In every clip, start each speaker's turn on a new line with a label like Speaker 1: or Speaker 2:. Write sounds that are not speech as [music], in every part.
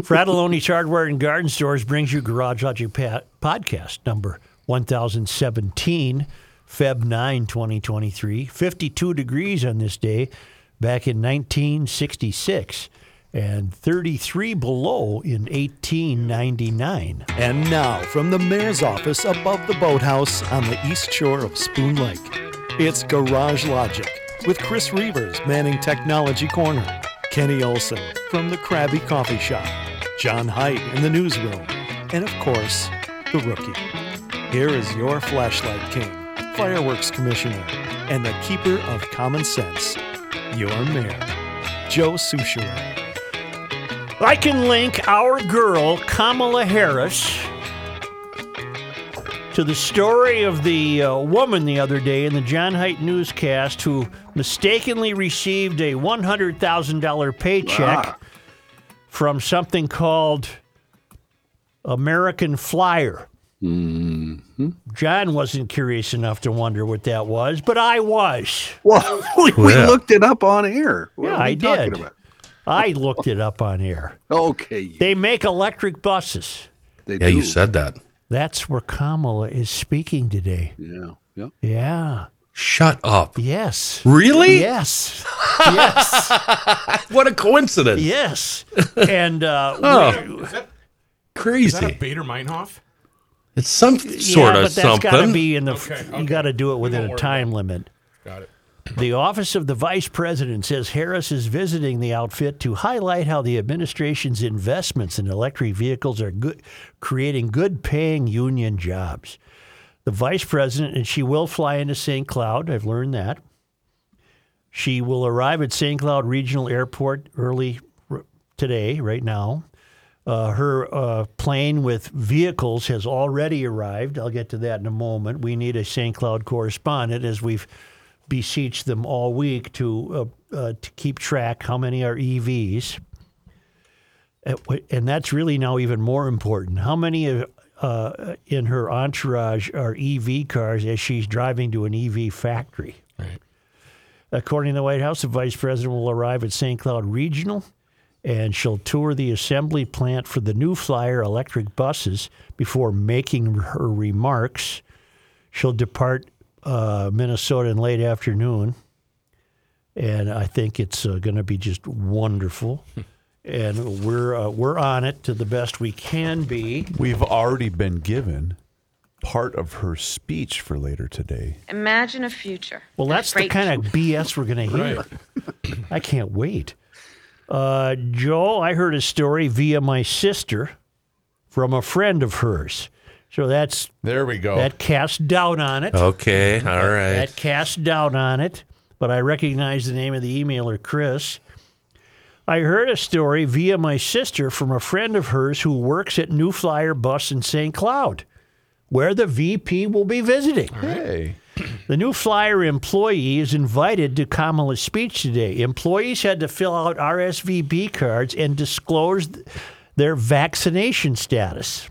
Speaker 1: Fratelloni's Hardware and Garden Stores brings you Garage Logic pa- Podcast number 1017, Feb 9, 2023. 52 degrees on this day back in 1966 and 33 below in 1899.
Speaker 2: And now, from the mayor's office above the boathouse on the east shore of Spoon Lake, it's Garage Logic with Chris Reavers manning Technology Corner, Kenny Olson from the Krabby Coffee Shop, John Height in the newsroom, and of course, the rookie. Here is your flashlight king, fireworks commissioner, and the keeper of common sense, your mayor, Joe Souchera.
Speaker 1: I can link our girl, Kamala Harris, to the story of the uh, woman the other day in the John Haidt newscast who mistakenly received a $100,000 paycheck
Speaker 3: Ah.
Speaker 1: from something called American Flyer.
Speaker 3: Mm-hmm.
Speaker 1: John wasn't curious enough to wonder what that was, but I was.
Speaker 3: Well, we, we
Speaker 1: Yeah.
Speaker 3: looked it up on air. What
Speaker 1: Yeah,
Speaker 3: are we
Speaker 1: I
Speaker 3: talking
Speaker 1: did.
Speaker 3: about?
Speaker 1: I looked it up on air.
Speaker 3: Okay,
Speaker 1: They make electric buses.
Speaker 3: they
Speaker 4: Yeah,
Speaker 3: do.
Speaker 4: you said that.
Speaker 1: That's where Kamala is speaking today.
Speaker 3: Yeah, yeah.
Speaker 1: Yeah.
Speaker 4: Shut up.
Speaker 1: Yes.
Speaker 4: Really?
Speaker 1: Yes. yes.
Speaker 4: [laughs] What a coincidence.
Speaker 1: Yes. And uh, we-
Speaker 4: Oh,
Speaker 5: Is that a
Speaker 4: crazy.
Speaker 5: Bader Meinhof?
Speaker 4: It's some sort
Speaker 1: yeah,
Speaker 4: of
Speaker 1: but that's got to
Speaker 4: something.
Speaker 1: be in the.
Speaker 5: Okay,
Speaker 1: You
Speaker 5: okay.
Speaker 1: got to do it within a
Speaker 5: worry
Speaker 1: time limit.
Speaker 5: Got it.
Speaker 1: The office of the vice president says Harris is visiting the outfit to highlight how the administration's investments in electric vehicles are good, creating good paying union jobs. The vice president, and she will fly into St. Cloud, I've learned that. She will arrive at St. Cloud Regional Airport early r- today, right now. Uh, her uh, plane with vehicles has already arrived. I'll get to that in a moment. We need a St. Cloud correspondent as we've beseeched them all week to, uh, uh, to keep track how many are E EVs. And wh- And that's really now even more important. How many uh, uh, in her entourage are EV cars as she's driving to an EV factory?
Speaker 5: Right.
Speaker 1: According to the White House, the vice president will arrive at St. Cloud Regional and she'll tour the assembly plant for the new Flyer electric buses before making her remarks. She'll depart uh, Minnesota in late afternoon. And I think it's uh, going to be just wonderful. and we're, uh, we're on it to the best we can be.
Speaker 6: We've already been given part of her speech for later today.
Speaker 7: Imagine a future.
Speaker 1: Well, that's the kind of BS we're going to hear.
Speaker 5: Right.
Speaker 1: [laughs] I can't wait. Uh, Joel, I heard a story via my sister from a friend of hers. So that's
Speaker 6: There we go.
Speaker 1: that casts doubt on it.
Speaker 4: Okay, all right.
Speaker 1: That casts doubt on it. But I recognize the name of the emailer, Chris. I heard a story via my sister from a friend of hers who works at New Flyer Bus in St. Cloud, where the VP will be visiting.
Speaker 6: hey.
Speaker 1: The new flyer employee is invited to Kamala's speech today. Employees had to fill out RSVP cards and disclose th- their vaccination status.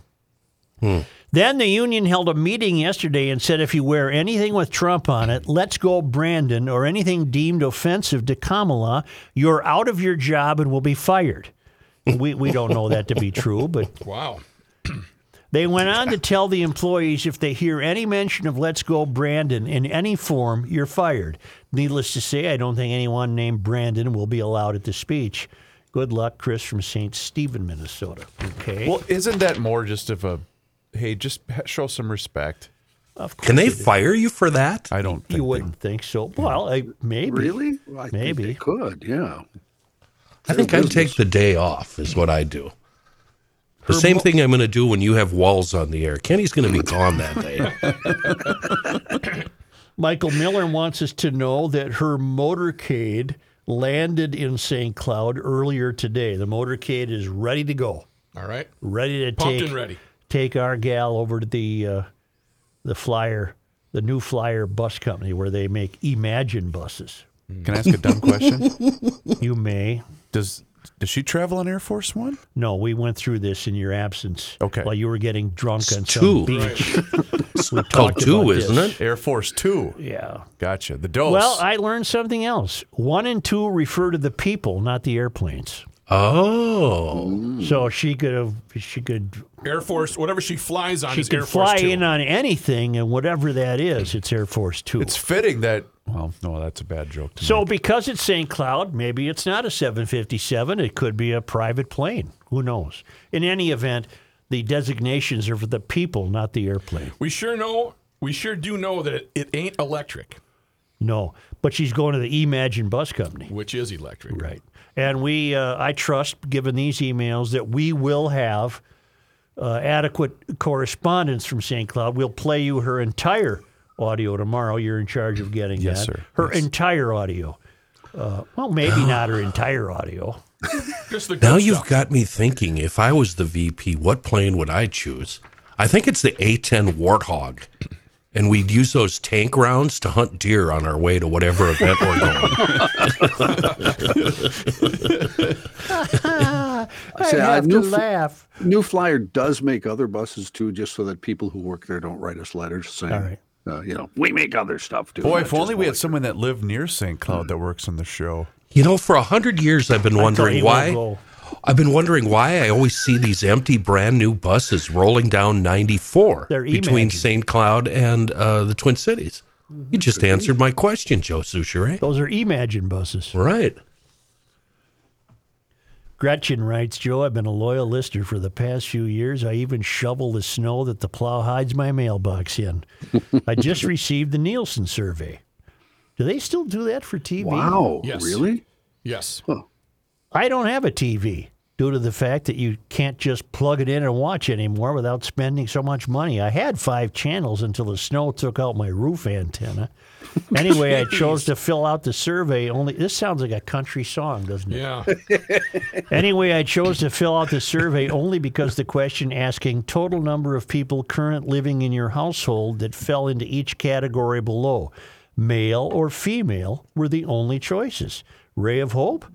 Speaker 1: Then the union held a meeting yesterday and said if you wear anything with Trump on it, let's go Brandon, or anything deemed offensive to Kamala, you're out of your job and will be fired. we, we don't know that to be true, but
Speaker 5: Wow.
Speaker 1: they went on to tell the employees if they hear any mention of Let's Go Brandon in any form, you're fired. Needless to say, I don't think anyone named Brandon will be allowed at the speech. Good luck, Chris from St. Stephen, Minnesota. Okay.
Speaker 6: Well, isn't that more just of a hey, just ha- show some respect?
Speaker 1: of course
Speaker 4: Can they
Speaker 1: it is.
Speaker 4: fire you for that?
Speaker 6: I don't think
Speaker 1: You
Speaker 6: they-
Speaker 1: wouldn't think so. Well, I, maybe.
Speaker 3: Really? Well, I think
Speaker 1: Maybe.
Speaker 3: they could. Yeah.
Speaker 4: I think I take the day off is what I do. The same thing I'm going to do when you have walls on the air. Kenny's going to be gone that
Speaker 1: [laughs]
Speaker 4: day.
Speaker 1: Michael Miller wants us to know that her motorcade landed in St. Cloud earlier today. The motorcade is ready to go,
Speaker 5: All right.
Speaker 1: ready to
Speaker 5: Pumped
Speaker 1: take
Speaker 5: and ready.
Speaker 1: take our gal over to the uh, the flyer, the new flyer bus company where they make Imagine buses.
Speaker 6: Can I ask a dumb question? [laughs]
Speaker 1: You may.
Speaker 6: Does does she travel on Air Force One?
Speaker 1: No, we went through this in your absence.
Speaker 6: Okay.
Speaker 1: While you were getting drunk on
Speaker 4: two.
Speaker 1: some beach. we
Speaker 4: Called
Speaker 1: talked
Speaker 4: two,
Speaker 1: about
Speaker 4: isn't
Speaker 1: this.
Speaker 4: it?
Speaker 6: Air Force Two.
Speaker 1: [laughs] Yeah.
Speaker 6: Gotcha. The dose.
Speaker 1: Well, I learned something else. One and two refer to the people, not the airplanes.
Speaker 4: Oh,
Speaker 1: So she could have, she could,
Speaker 5: Air Force, whatever she flies on
Speaker 1: she
Speaker 5: is
Speaker 1: could
Speaker 5: Air Force
Speaker 1: fly
Speaker 5: Two.
Speaker 1: in on anything, and whatever that is, it's Air Force Two.
Speaker 6: it's fitting that. Well, no, that's a bad joke. To
Speaker 1: so
Speaker 6: make.
Speaker 1: because it's St. Cloud, maybe it's not a 757. It could be a private plane. Who knows? In any event, the designations are for the people, not the airplane.
Speaker 5: we sure know. We sure do know that it, it ain't electric,
Speaker 1: No, but she's going to the Imagine Bus Company.
Speaker 5: which is electric.
Speaker 1: Right. And we, uh, I trust, given these emails, that we will have uh, adequate correspondence from St. Cloud. We'll play you her entire audio tomorrow. You're in charge of getting
Speaker 6: Yes,
Speaker 1: that.
Speaker 6: sir.
Speaker 1: Her entire audio. Uh, well, maybe not her entire audio.
Speaker 5: Just the good
Speaker 4: now
Speaker 5: stuff.
Speaker 4: you've got me thinking. If I was the VP, what plane would I choose? I think it's the A10 Warthog, and we'd use those tank rounds to hunt deer on our way to whatever event we're going.
Speaker 1: I
Speaker 3: say, I
Speaker 1: have to
Speaker 3: knew f-
Speaker 1: laugh.
Speaker 3: New Flyer does make other buses too, just so that people who work there don't write us letters saying,
Speaker 1: right.
Speaker 3: uh, you know, we make other stuff too.
Speaker 6: boy,
Speaker 3: not
Speaker 6: if only
Speaker 3: just
Speaker 6: we
Speaker 3: Flyer."
Speaker 6: had someone that lived near St. Cloud that works on the show.
Speaker 4: You know, for a hundred years, I've been
Speaker 1: he
Speaker 4: wondering
Speaker 1: won't
Speaker 4: why.
Speaker 1: go.
Speaker 4: I've been wondering why I always see these empty, brand new buses rolling down 94
Speaker 1: They're
Speaker 4: between
Speaker 1: Imagine.
Speaker 4: St. Cloud and uh, the Twin Cities. You just answered my question, Joe Souchere.
Speaker 1: Those are Imagine buses.
Speaker 4: Right.
Speaker 1: Gretchen writes, Joe, I've been a loyal listener for the past few years. I even shovel the snow that the plow hides my mailbox in. I just received the Nielsen survey. Do they still do that for TV?
Speaker 3: Wow,
Speaker 5: Yes.
Speaker 3: really?
Speaker 5: Yes.
Speaker 1: I don't have a TV due to the fact that you can't just plug it in and watch anymore without spending so much money. I had five channels until the snow took out my roof antenna. Anyway, I chose to fill out the survey only. This sounds like a country song, doesn't it?
Speaker 5: Yeah.
Speaker 1: [laughs] Anyway, I chose to fill out the survey only because the question asking total number of people current living in your household that fell into each category below, male or female, were the only choices. Ray of Hope?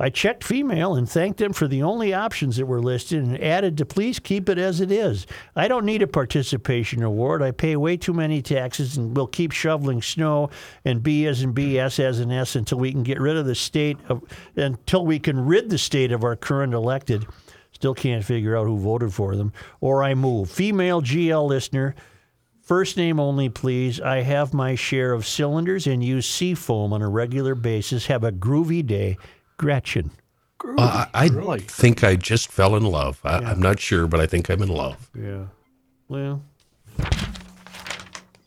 Speaker 1: I checked female and thanked them for the only options that were listed and added to please keep it as it is. I don't need a participation award. I pay way too many taxes and will keep shoveling snow and B as and B, S as and S until we can get rid of the state of until we can rid the state of our current elected. Still can't figure out who voted for them. Or I move. Female GL listener, First name only, please. I have my share of cylinders and use sea foam on a regular basis. Have a groovy day, Gretchen.
Speaker 4: Uh, I I think I just fell in love. I, I'm not sure, but I think I'm in love.
Speaker 1: Yeah. Well,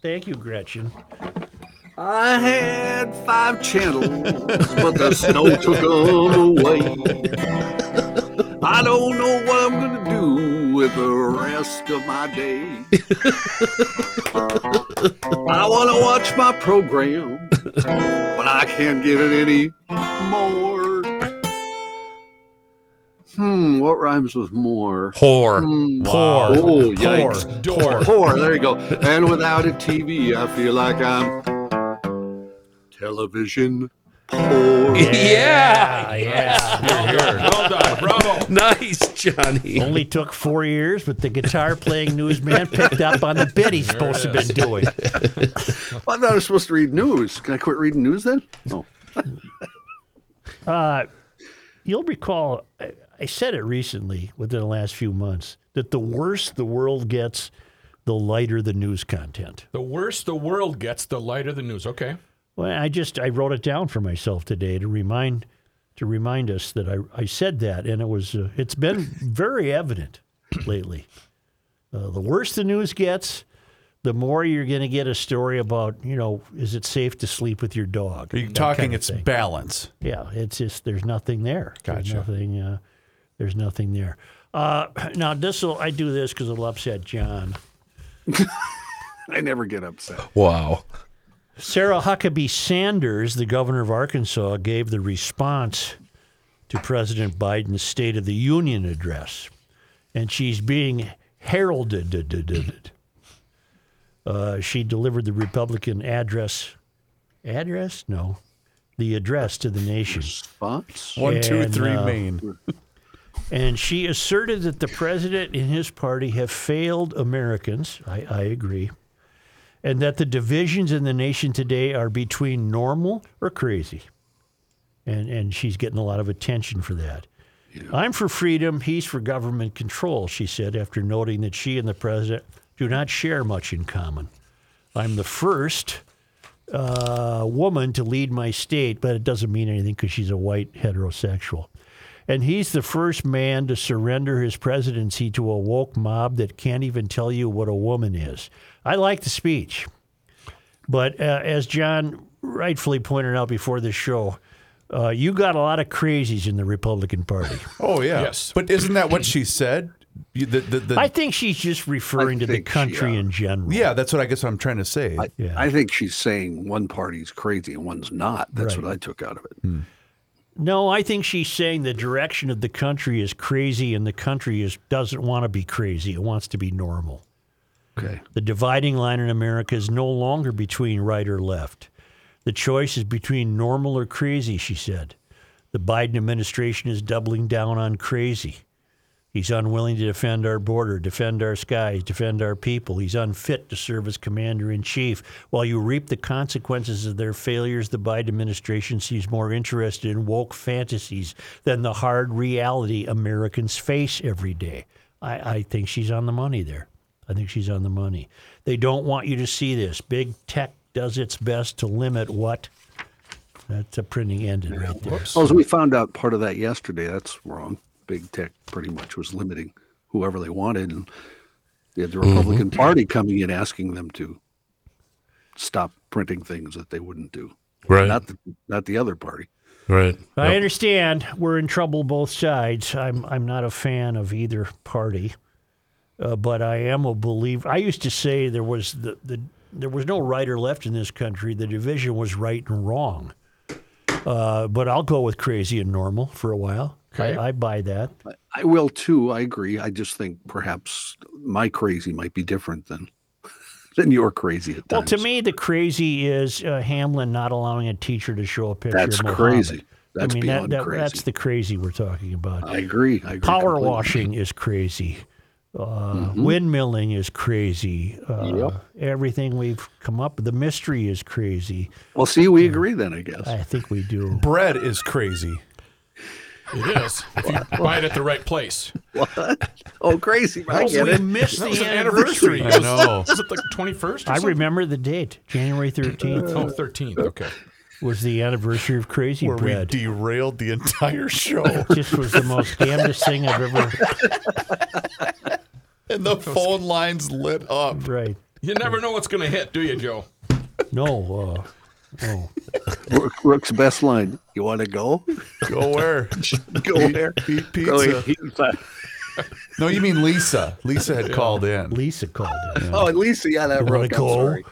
Speaker 1: thank you, Gretchen.
Speaker 3: I had five channels, but the snow took 'em away. I don't know what I'm gonna do with the rest of my day. I wanna watch my program, but I can't get it any more. Hmm, what rhymes with more?
Speaker 4: Whore. [laughs]
Speaker 3: Hmm.
Speaker 4: Poor.
Speaker 3: Oh, yikes.
Speaker 5: Door.
Speaker 3: Four, there you go. And without a TV, I feel like I'm television poor.
Speaker 4: [laughs] Yeah. [laughs]
Speaker 5: Well done. Bravo.
Speaker 4: Nice, Johnny.
Speaker 1: Only took four years, but the guitar [laughs] playing newsman picked up on the bit he's supposed to have been doing.
Speaker 3: I thought I was supposed to read news. Can I quit reading news then? Oh,
Speaker 1: You'll recall, I, I said it recently within the last few months that the worse the world gets, the lighter the news content.
Speaker 5: The worse the world gets, the lighter the news. Okay.
Speaker 1: Well, I just I wrote it down for myself today to remind to remind us that I, I said that, and it was uh, it's
Speaker 6: [laughs]
Speaker 1: been very evident lately. Uh, the worse the news gets, the more you're going to get a story about you know is it safe to sleep with your dog?
Speaker 6: Are you talking? it's balance.
Speaker 1: Yeah, it's just there's nothing there. There's
Speaker 6: Gotcha.
Speaker 1: nothing. Uh, there's nothing there. Uh, [clears throat] now this will I do this because it'll upset John.
Speaker 3: I never get upset.
Speaker 4: Wow.
Speaker 1: Sarah Huckabee Sanders, the governor of Arkansas, gave the response to President Biden's State of the Union address, and she's being heralded. Uh, she delivered the Republican address. Address? No. The address to the nation.
Speaker 3: Spots?
Speaker 6: One, two,
Speaker 1: And,
Speaker 6: three,
Speaker 1: uh,
Speaker 6: Maine.
Speaker 1: And she asserted that the president and his party have failed Americans. I, I agree. And that the divisions in the nation today are between normal or crazy. And, and she's getting a lot of attention for that. I'm for freedom, he's for government control, she said, after noting that she and the president do not share much in common. I'm the first uh, woman to lead my state, but it doesn't mean anything because she's a white heterosexual. And he's the first man to surrender his presidency to a woke mob that can't even tell you what a woman is. I like the speech. But uh, as John rightfully pointed out before this show, uh, you got a lot of crazies in the Republican
Speaker 3: [laughs]
Speaker 1: Party.
Speaker 6: Oh yeah.
Speaker 5: Yes.
Speaker 6: But isn't that what she said? You- the- the- the-
Speaker 1: I think she's just referring
Speaker 3: I
Speaker 1: to the
Speaker 3: think she,
Speaker 1: country
Speaker 3: uh,
Speaker 1: in general.
Speaker 6: yeah, that's what I guess I'm trying to say.
Speaker 1: Yeah.
Speaker 3: I think she's saying one party's crazy and one's not. That's what I took out of it.
Speaker 1: No, I think she's saying the direction of the country is crazy, and the country is doesn't want to be crazy. It wants to be normal.
Speaker 3: Okay.
Speaker 1: The dividing line in America is no longer between right or left. The choice is between normal or crazy, she said. The Biden administration is doubling down on crazy. He's unwilling to defend our border, defend our skies, defend our people. He's unfit to serve as commander in chief. While you reap the consequences of their failures, the Biden administration seems more interested in woke fantasies than the hard reality Americans face every day. I, I think she's on the money there. I think she's on the money. They don't want you to see this. Big tech does its best to limit what? That's a printing ended right there.
Speaker 3: Well, as Oh, we found out part of that yesterday, that's wrong. Big tech pretty much was limiting whoever they wanted, and they had the Republican Party coming in asking them to stop printing things that they wouldn't do.
Speaker 4: Right.
Speaker 3: Not the not the other party.
Speaker 4: right.
Speaker 1: I understand we're in trouble both sides. I'm I'm not a fan of either party, uh, but I am a believer. I used to say there was the, the there was no right or left in this country. The division was right and wrong. Uh, but I'll go with crazy and normal for a while.
Speaker 5: Okay.
Speaker 1: I, I buy that.
Speaker 3: I will too. I agree. I just think perhaps my crazy might be different than [laughs] than your crazy at
Speaker 1: Well,
Speaker 3: times.
Speaker 1: to me, the crazy is uh, Hamlin not allowing a teacher to show a picture.
Speaker 3: that's
Speaker 1: of Muhammad.
Speaker 3: crazy. That's
Speaker 1: I mean, that,
Speaker 3: beyond
Speaker 1: that,
Speaker 3: crazy.
Speaker 1: that's the crazy we're talking about.
Speaker 3: I agree. I agree
Speaker 1: power
Speaker 3: completely.
Speaker 1: washing is crazy. Uh,
Speaker 6: Mm-hmm.
Speaker 1: Windmilling is crazy. Uh, Everything we've come up, the mystery is crazy.
Speaker 3: Well, see, we agree then. I guess.
Speaker 1: I think we
Speaker 6: [laughs]
Speaker 1: do.
Speaker 6: Bread is crazy.
Speaker 5: It is. If
Speaker 1: [laughs]
Speaker 5: you buy it at the right place.
Speaker 3: oh, crazy! I get
Speaker 1: we
Speaker 3: it.
Speaker 1: missed
Speaker 5: That
Speaker 1: the
Speaker 5: was an
Speaker 1: anniversary.
Speaker 5: anniversary.
Speaker 6: I know.
Speaker 5: Was it like the 21st or
Speaker 1: I
Speaker 5: something?
Speaker 1: remember the date, January thirteenth,
Speaker 5: Oh, 13th. Okay.
Speaker 1: was the anniversary of Crazy
Speaker 6: Uh. Where we
Speaker 1: Bread.
Speaker 6: derailed the entire
Speaker 5: [laughs]
Speaker 6: show.
Speaker 1: This was the
Speaker 6: [laughs]
Speaker 1: most damnedest thing I've ever.
Speaker 6: and the phone lines lit up.
Speaker 1: Right?
Speaker 5: You never know what's going to hit, do you, Joe?
Speaker 1: No. Uh, no.
Speaker 3: Rook- Rook's best line. You want to go?
Speaker 6: Go [laughs] where?
Speaker 3: Go there.
Speaker 6: Eat
Speaker 3: Go
Speaker 6: pizza.
Speaker 3: eat pizza.
Speaker 6: No, you mean Lisa. Lisa had called in.
Speaker 1: Lisa called it.
Speaker 3: Oh, at least he got that
Speaker 1: wanna
Speaker 3: Rook. I'm
Speaker 1: go?
Speaker 3: sorry.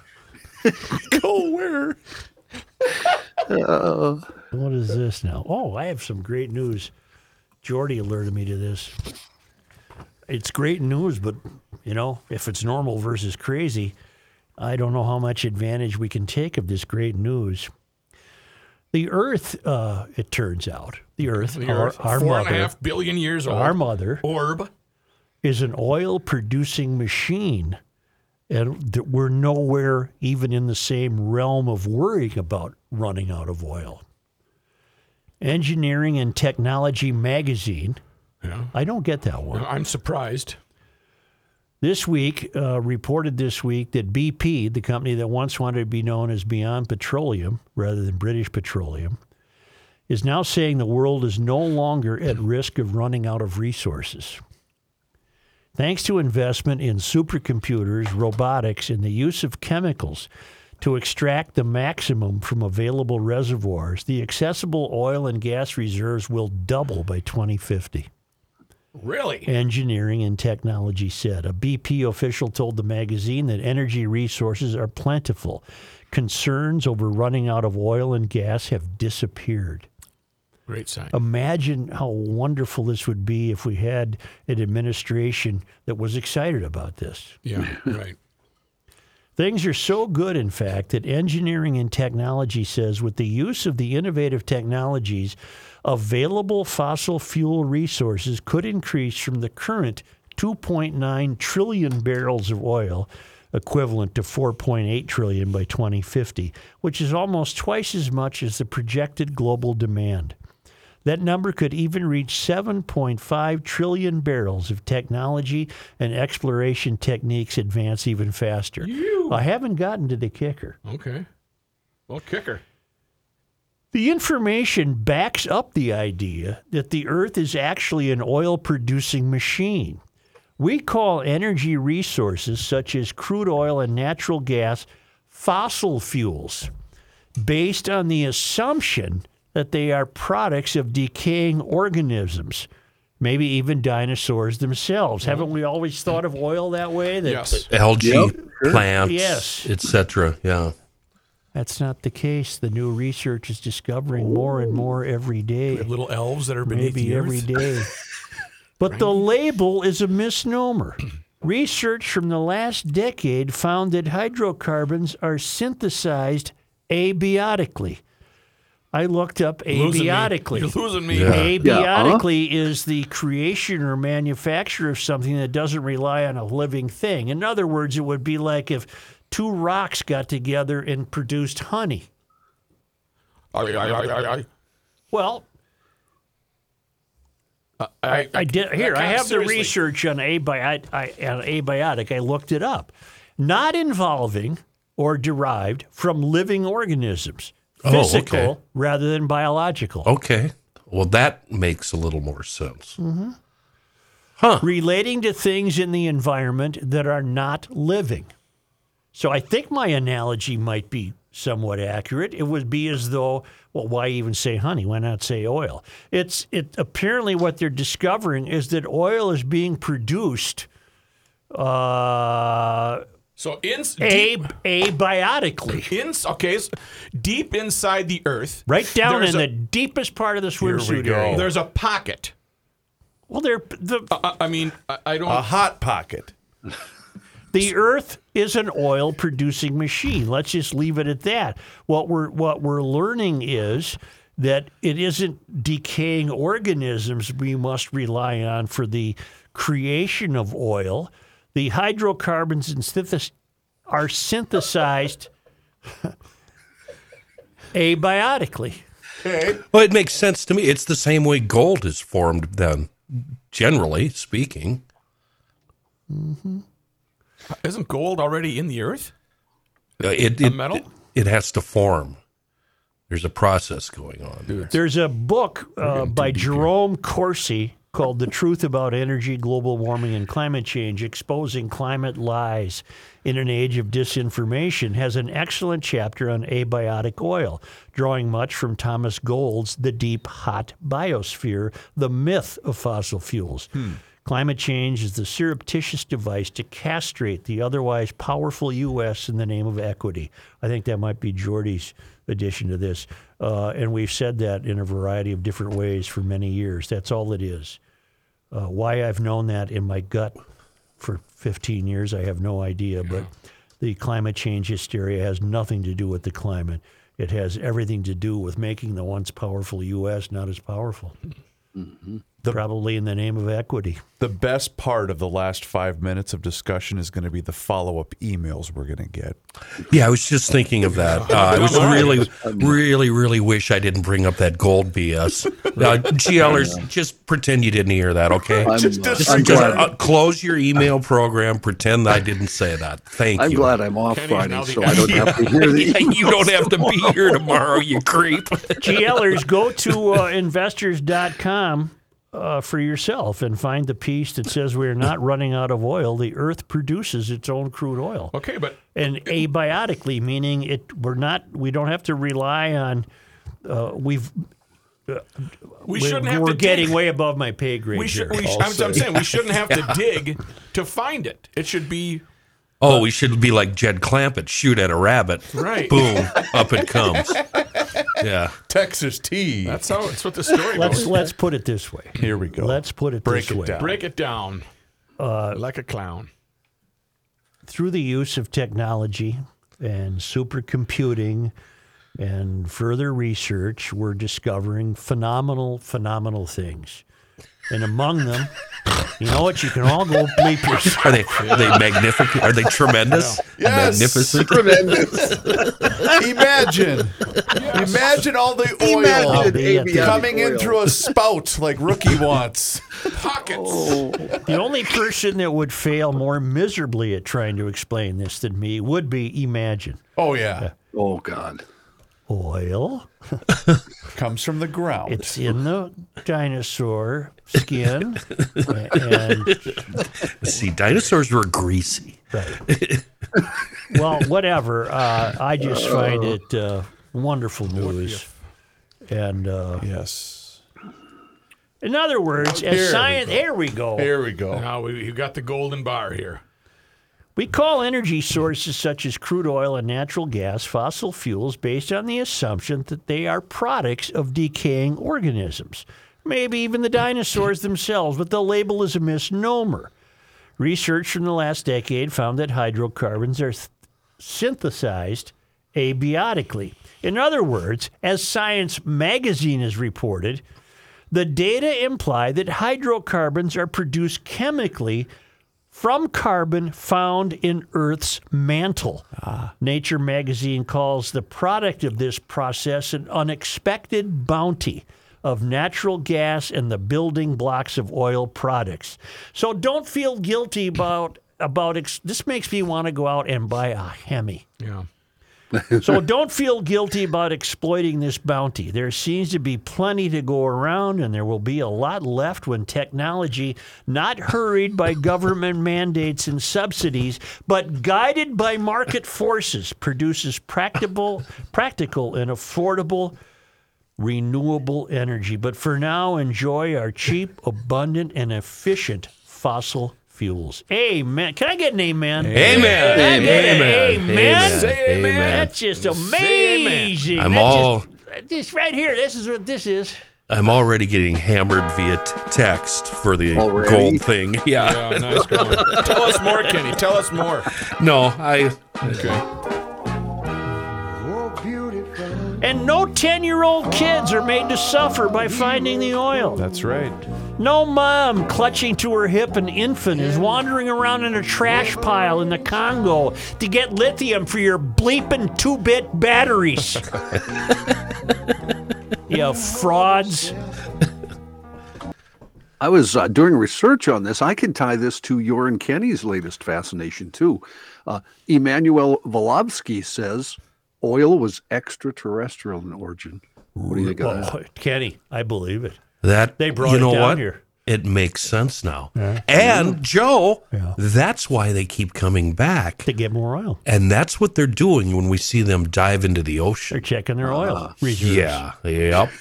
Speaker 6: Go where?
Speaker 1: What is this now? Oh, I have some great news. Jordy alerted me to this. It's great news, but you know, if it's normal versus crazy, I don't know how much advantage we can take of this great news. The Earth, uh, it turns out, the Earth,
Speaker 5: The
Speaker 1: our,
Speaker 5: Earth,
Speaker 1: our
Speaker 5: four and
Speaker 1: mother,
Speaker 5: a half billion years old.
Speaker 1: our mother,
Speaker 5: Orb.
Speaker 1: is an oil-producing machine, and that we're nowhere even in the same realm of worrying about running out of oil. Engineering and Technology magazine.
Speaker 5: Yeah.
Speaker 1: I don't get that one.
Speaker 5: I'm surprised.
Speaker 1: This week, uh, reported this week that BP, the company that once wanted to be known as Beyond Petroleum rather than British Petroleum, is now saying the world is no longer at risk of running out of resources. Thanks to investment in supercomputers, robotics, and the use of chemicals to extract the maximum from available reservoirs, the accessible oil and gas reserves will double by 2050.
Speaker 5: Really?
Speaker 1: Engineering and Technology said. A BP official told the magazine that energy resources are plentiful. Concerns over running out of oil and gas have disappeared.
Speaker 5: Great sign.
Speaker 1: Imagine how wonderful this would be if we had an administration that was excited about this.
Speaker 5: Yeah, right.
Speaker 1: Things are so good, in fact, that engineering and technology says with the use of the innovative technologies, available fossil fuel resources could increase from the current 2.9 trillion barrels of oil, equivalent to 4.8 trillion by 2050, which is almost twice as much as the projected global demand. That number could even reach 7.5 trillion barrels if technology and exploration techniques advance even faster. I haven't gotten to the kicker.
Speaker 5: Okay. Well, kicker.
Speaker 1: The information backs up the idea that the Earth is actually an oil producing machine. We call energy resources such as crude oil and natural gas fossil fuels based on the assumption that they are products of decaying organisms, maybe even dinosaurs themselves. Haven't we always thought of oil that way? That
Speaker 5: Mm-hmm. Yes.
Speaker 4: Algae, plants,
Speaker 1: Yes.
Speaker 4: etc. Yeah.
Speaker 1: That's not the case. The new research is discovering more and more every day.
Speaker 5: Little elves that are beneath
Speaker 1: maybe
Speaker 5: the
Speaker 1: every
Speaker 5: earth. [laughs]
Speaker 1: day. but the label is a misnomer. [clears throat] Research from the last decade found that hydrocarbons are synthesized abiotically. I looked up
Speaker 5: Losing me.
Speaker 1: abiotically.
Speaker 5: You're losing me.
Speaker 4: Yeah.
Speaker 1: Abiotically is the creation or manufacture of something that doesn't rely on a living thing. In other words, it would be like if two rocks got together and produced honey.
Speaker 5: I, I, I, I,
Speaker 1: Well,
Speaker 5: I, I,
Speaker 1: I did here. I
Speaker 5: Come,
Speaker 1: have
Speaker 5: seriously.
Speaker 1: the research on abiotic. I, on abiotic. I looked it up. Not involving or derived from living organisms,
Speaker 4: Oh, okay.
Speaker 1: physical rather than biological.
Speaker 4: Okay. Well, that makes a little more sense.
Speaker 1: relating to things in the environment that are not living. So I think my analogy might be somewhat accurate. It would be as though, well, why even say honey? Why not say oil? It's it apparently what they're discovering is that oil is being produced uh,
Speaker 5: So in, deep,
Speaker 1: ab- abiotically.
Speaker 5: in, okay, so deep inside the earth.
Speaker 1: Right down
Speaker 5: there's
Speaker 1: in
Speaker 5: a-
Speaker 1: the deepest part of the swimsuit
Speaker 6: go.
Speaker 1: area.
Speaker 5: There's a pocket.
Speaker 1: Well, they're, the
Speaker 5: I, I mean, I, I don't.
Speaker 6: A hot pocket.
Speaker 1: The Earth is an oil producing machine. Let's just leave it at that. What we're what we're learning is that it isn't decaying organisms we must rely on for the creation of oil. The hydrocarbons and synthes- are synthesized [laughs] abiotically.
Speaker 4: Well, it makes sense to me. It's the same way gold is formed, then, generally speaking.
Speaker 5: isn't gold already in the earth?
Speaker 4: Uh, It, it,
Speaker 5: metal?
Speaker 4: It has to form. There's a process going on. there.
Speaker 1: There's a book uh, by Jerome Corsi called The Truth About Energy, Global Warming, and Climate Change Exposing Climate Lies in an Age of Disinformation, has an excellent chapter on abiotic oil, drawing much from Thomas Gold's The Deep Hot Biosphere, The Myth of Fossil Fuels. Climate change is the surreptitious device to castrate the otherwise powerful U.S. in the name of equity. I think that might be Jordy's addition to this. Uh, and we've said that in a variety of different ways for many years. That's all it is. Uh, why I've known that in my gut for 15 years, I have no idea. But the climate change hysteria has nothing to do with the climate, it has everything to do with making the once powerful U.S. not as powerful. Probably in the name of equity.
Speaker 6: The best part of the last five minutes of discussion is going to be the follow up emails we're going to get.
Speaker 4: Yeah, I was just thinking of that. Uh, I was really, really, really wish I didn't bring up that gold BS. Uh,
Speaker 3: [laughs]
Speaker 4: GLers, just pretend you didn't hear that, okay?
Speaker 3: I'm,
Speaker 6: Just
Speaker 3: uh, I'm,
Speaker 4: Just
Speaker 3: glad,
Speaker 4: uh, close your email program. Pretend I didn't say that. Thank
Speaker 3: I'm
Speaker 4: you.
Speaker 3: glad I'm off
Speaker 5: Kenny's now
Speaker 3: Friday, so
Speaker 5: the
Speaker 3: I don't have to hear
Speaker 4: Yeah,
Speaker 3: [laughs] the.
Speaker 4: you don't have to be
Speaker 1: [laughs]
Speaker 4: here tomorrow, you creep.
Speaker 1: GLers,
Speaker 5: [laughs]
Speaker 1: go to uh, investors.com uh, for yourself and find the piece that says we're not running out of oil. The earth produces its own crude oil.
Speaker 5: Okay, but
Speaker 1: And abiotically, meaning it, we're not, we don't have to rely on, uh, we've
Speaker 5: We
Speaker 1: We're-
Speaker 5: shouldn't have
Speaker 1: we're
Speaker 5: to
Speaker 1: getting
Speaker 5: dig.
Speaker 1: way above my pay grade
Speaker 5: We should.
Speaker 1: here.
Speaker 5: We should I'm, I'm saying we shouldn't have to
Speaker 1: [laughs]
Speaker 5: dig to find it. It should be
Speaker 4: Oh, we should be like Jed Clampett, shoot at a rabbit.
Speaker 5: Right.
Speaker 4: Boom, up
Speaker 5: [laughs]
Speaker 4: it comes. Yeah.
Speaker 6: Texas tea.
Speaker 5: that's how. That's what the story
Speaker 1: let's
Speaker 5: goes.
Speaker 1: let's put it this way.
Speaker 6: Here we go.
Speaker 1: Let's put it
Speaker 6: break
Speaker 1: this
Speaker 6: it
Speaker 1: way.
Speaker 6: down.
Speaker 5: Break it down like a clown.
Speaker 1: through the use of technology and supercomputing and further research, we're discovering phenomenal, phenomenal things. And among them, you know what? You can all go bleep yourself.
Speaker 5: [laughs]
Speaker 4: Are they are they magnificent? Are they tremendous?
Speaker 6: Yes.
Speaker 4: Magnificent.
Speaker 3: Tremendous.
Speaker 6: Imagine, imagine all the oil
Speaker 3: Imagine
Speaker 1: be at the-
Speaker 3: avionic
Speaker 6: coming in
Speaker 3: oil.
Speaker 6: through a spout like Rookie wants.
Speaker 5: Pockets.
Speaker 1: The only person that would fail more miserably at trying to explain this than me would be imagine
Speaker 6: Oh yeah,
Speaker 3: Oh God.
Speaker 1: oil.
Speaker 6: comes from the ground.
Speaker 1: It's in the dinosaur skin, and
Speaker 4: See, dinosaurs were greasy.
Speaker 6: [laughs]
Speaker 1: well, whatever. Uh, I just find it uh, wonderful news. And uh,
Speaker 6: yes.
Speaker 1: in other words, as
Speaker 6: Here we
Speaker 1: science,
Speaker 6: go.
Speaker 1: there we go.
Speaker 6: Here we go.
Speaker 5: Now we, you got the golden bar here.
Speaker 1: We call energy sources such as crude oil and natural gas fossil fuels based on the assumption that they are products of decaying organisms, maybe even the dinosaurs themselves, but the label is a misnomer. Research from the last decade found that hydrocarbons are th- synthesized abiotically. In other words, as Science magazine has reported, the data imply that hydrocarbons are produced chemically from carbon found in Earth's mantle. Nature magazine calls the product of this process an unexpected bounty of natural gas and the building blocks of oil products. So don't feel guilty about about ex- this makes me want to go out and buy a Hemi.
Speaker 5: Yeah.
Speaker 1: So don't feel guilty about exploiting this bounty. There seems to be plenty to go around, and there will be a lot left when technology, not hurried by government mandates and subsidies, but guided by market forces, produces practical, practical and affordable renewable energy. But for now, enjoy our cheap, abundant, and efficient fossil fuels. Amen. Can I get an amen?
Speaker 4: Amen.
Speaker 1: Can I get an
Speaker 4: Amen.
Speaker 1: amen?
Speaker 5: Say amen.
Speaker 1: That's just amazing.
Speaker 4: I'm
Speaker 1: That
Speaker 4: all-
Speaker 1: Just, this right here. This is what this is.
Speaker 4: I'm already getting hammered via t- text for the
Speaker 3: Already?
Speaker 4: gold thing. Yeah.
Speaker 5: Yeah, nice going. Tell us more, Kenny. Tell us more.
Speaker 4: No, I
Speaker 1: And no 10 year old kids are made to suffer by finding the oil.
Speaker 6: That's right.
Speaker 1: No mom clutching to her hip an infant is wandering around in a trash pile in the Congo to get lithium for your bleeping two bit [laughs] batteries. you [laughs] frauds.
Speaker 3: I was uh, doing research on this. I can tie this to your and Kenny's latest fascination too. Uh, Emmanuel Volovsky says oil was extraterrestrial in origin. What do you think of that?
Speaker 1: Oh, Kenny, I believe it.
Speaker 4: that
Speaker 1: They brought
Speaker 4: you
Speaker 1: it
Speaker 4: know
Speaker 1: down
Speaker 4: what?
Speaker 1: here.
Speaker 4: It makes sense now. And Joe, that's why they keep coming back.
Speaker 1: To get more oil.
Speaker 4: And that's what they're doing when we see them dive into the
Speaker 1: They're
Speaker 4: ocean.
Speaker 1: checking their oil reserves.
Speaker 4: Uh, Yeah. Yep.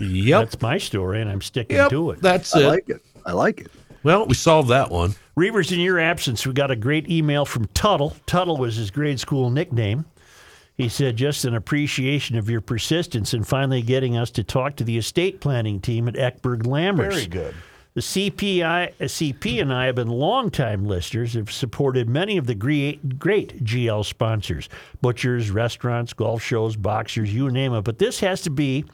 Speaker 4: Yep.
Speaker 1: That's my story, and I'm sticking
Speaker 4: Yep.
Speaker 1: to it.
Speaker 4: That's
Speaker 3: I
Speaker 4: it.
Speaker 3: like it. I like it.
Speaker 4: Well, we solved that one.
Speaker 1: Reavers, in your absence, we got a great email from Tuttle. Tuttle was his grade school nickname. He said, just an appreciation of your persistence in finally getting us to talk to the estate planning team at Eckberg Lammers.
Speaker 6: Very good.
Speaker 1: The CPI, uh, CP and I have been longtime listeners, have supported many of the great, great GL sponsors butchers, restaurants, golf shows, boxers, you name it. But this has to be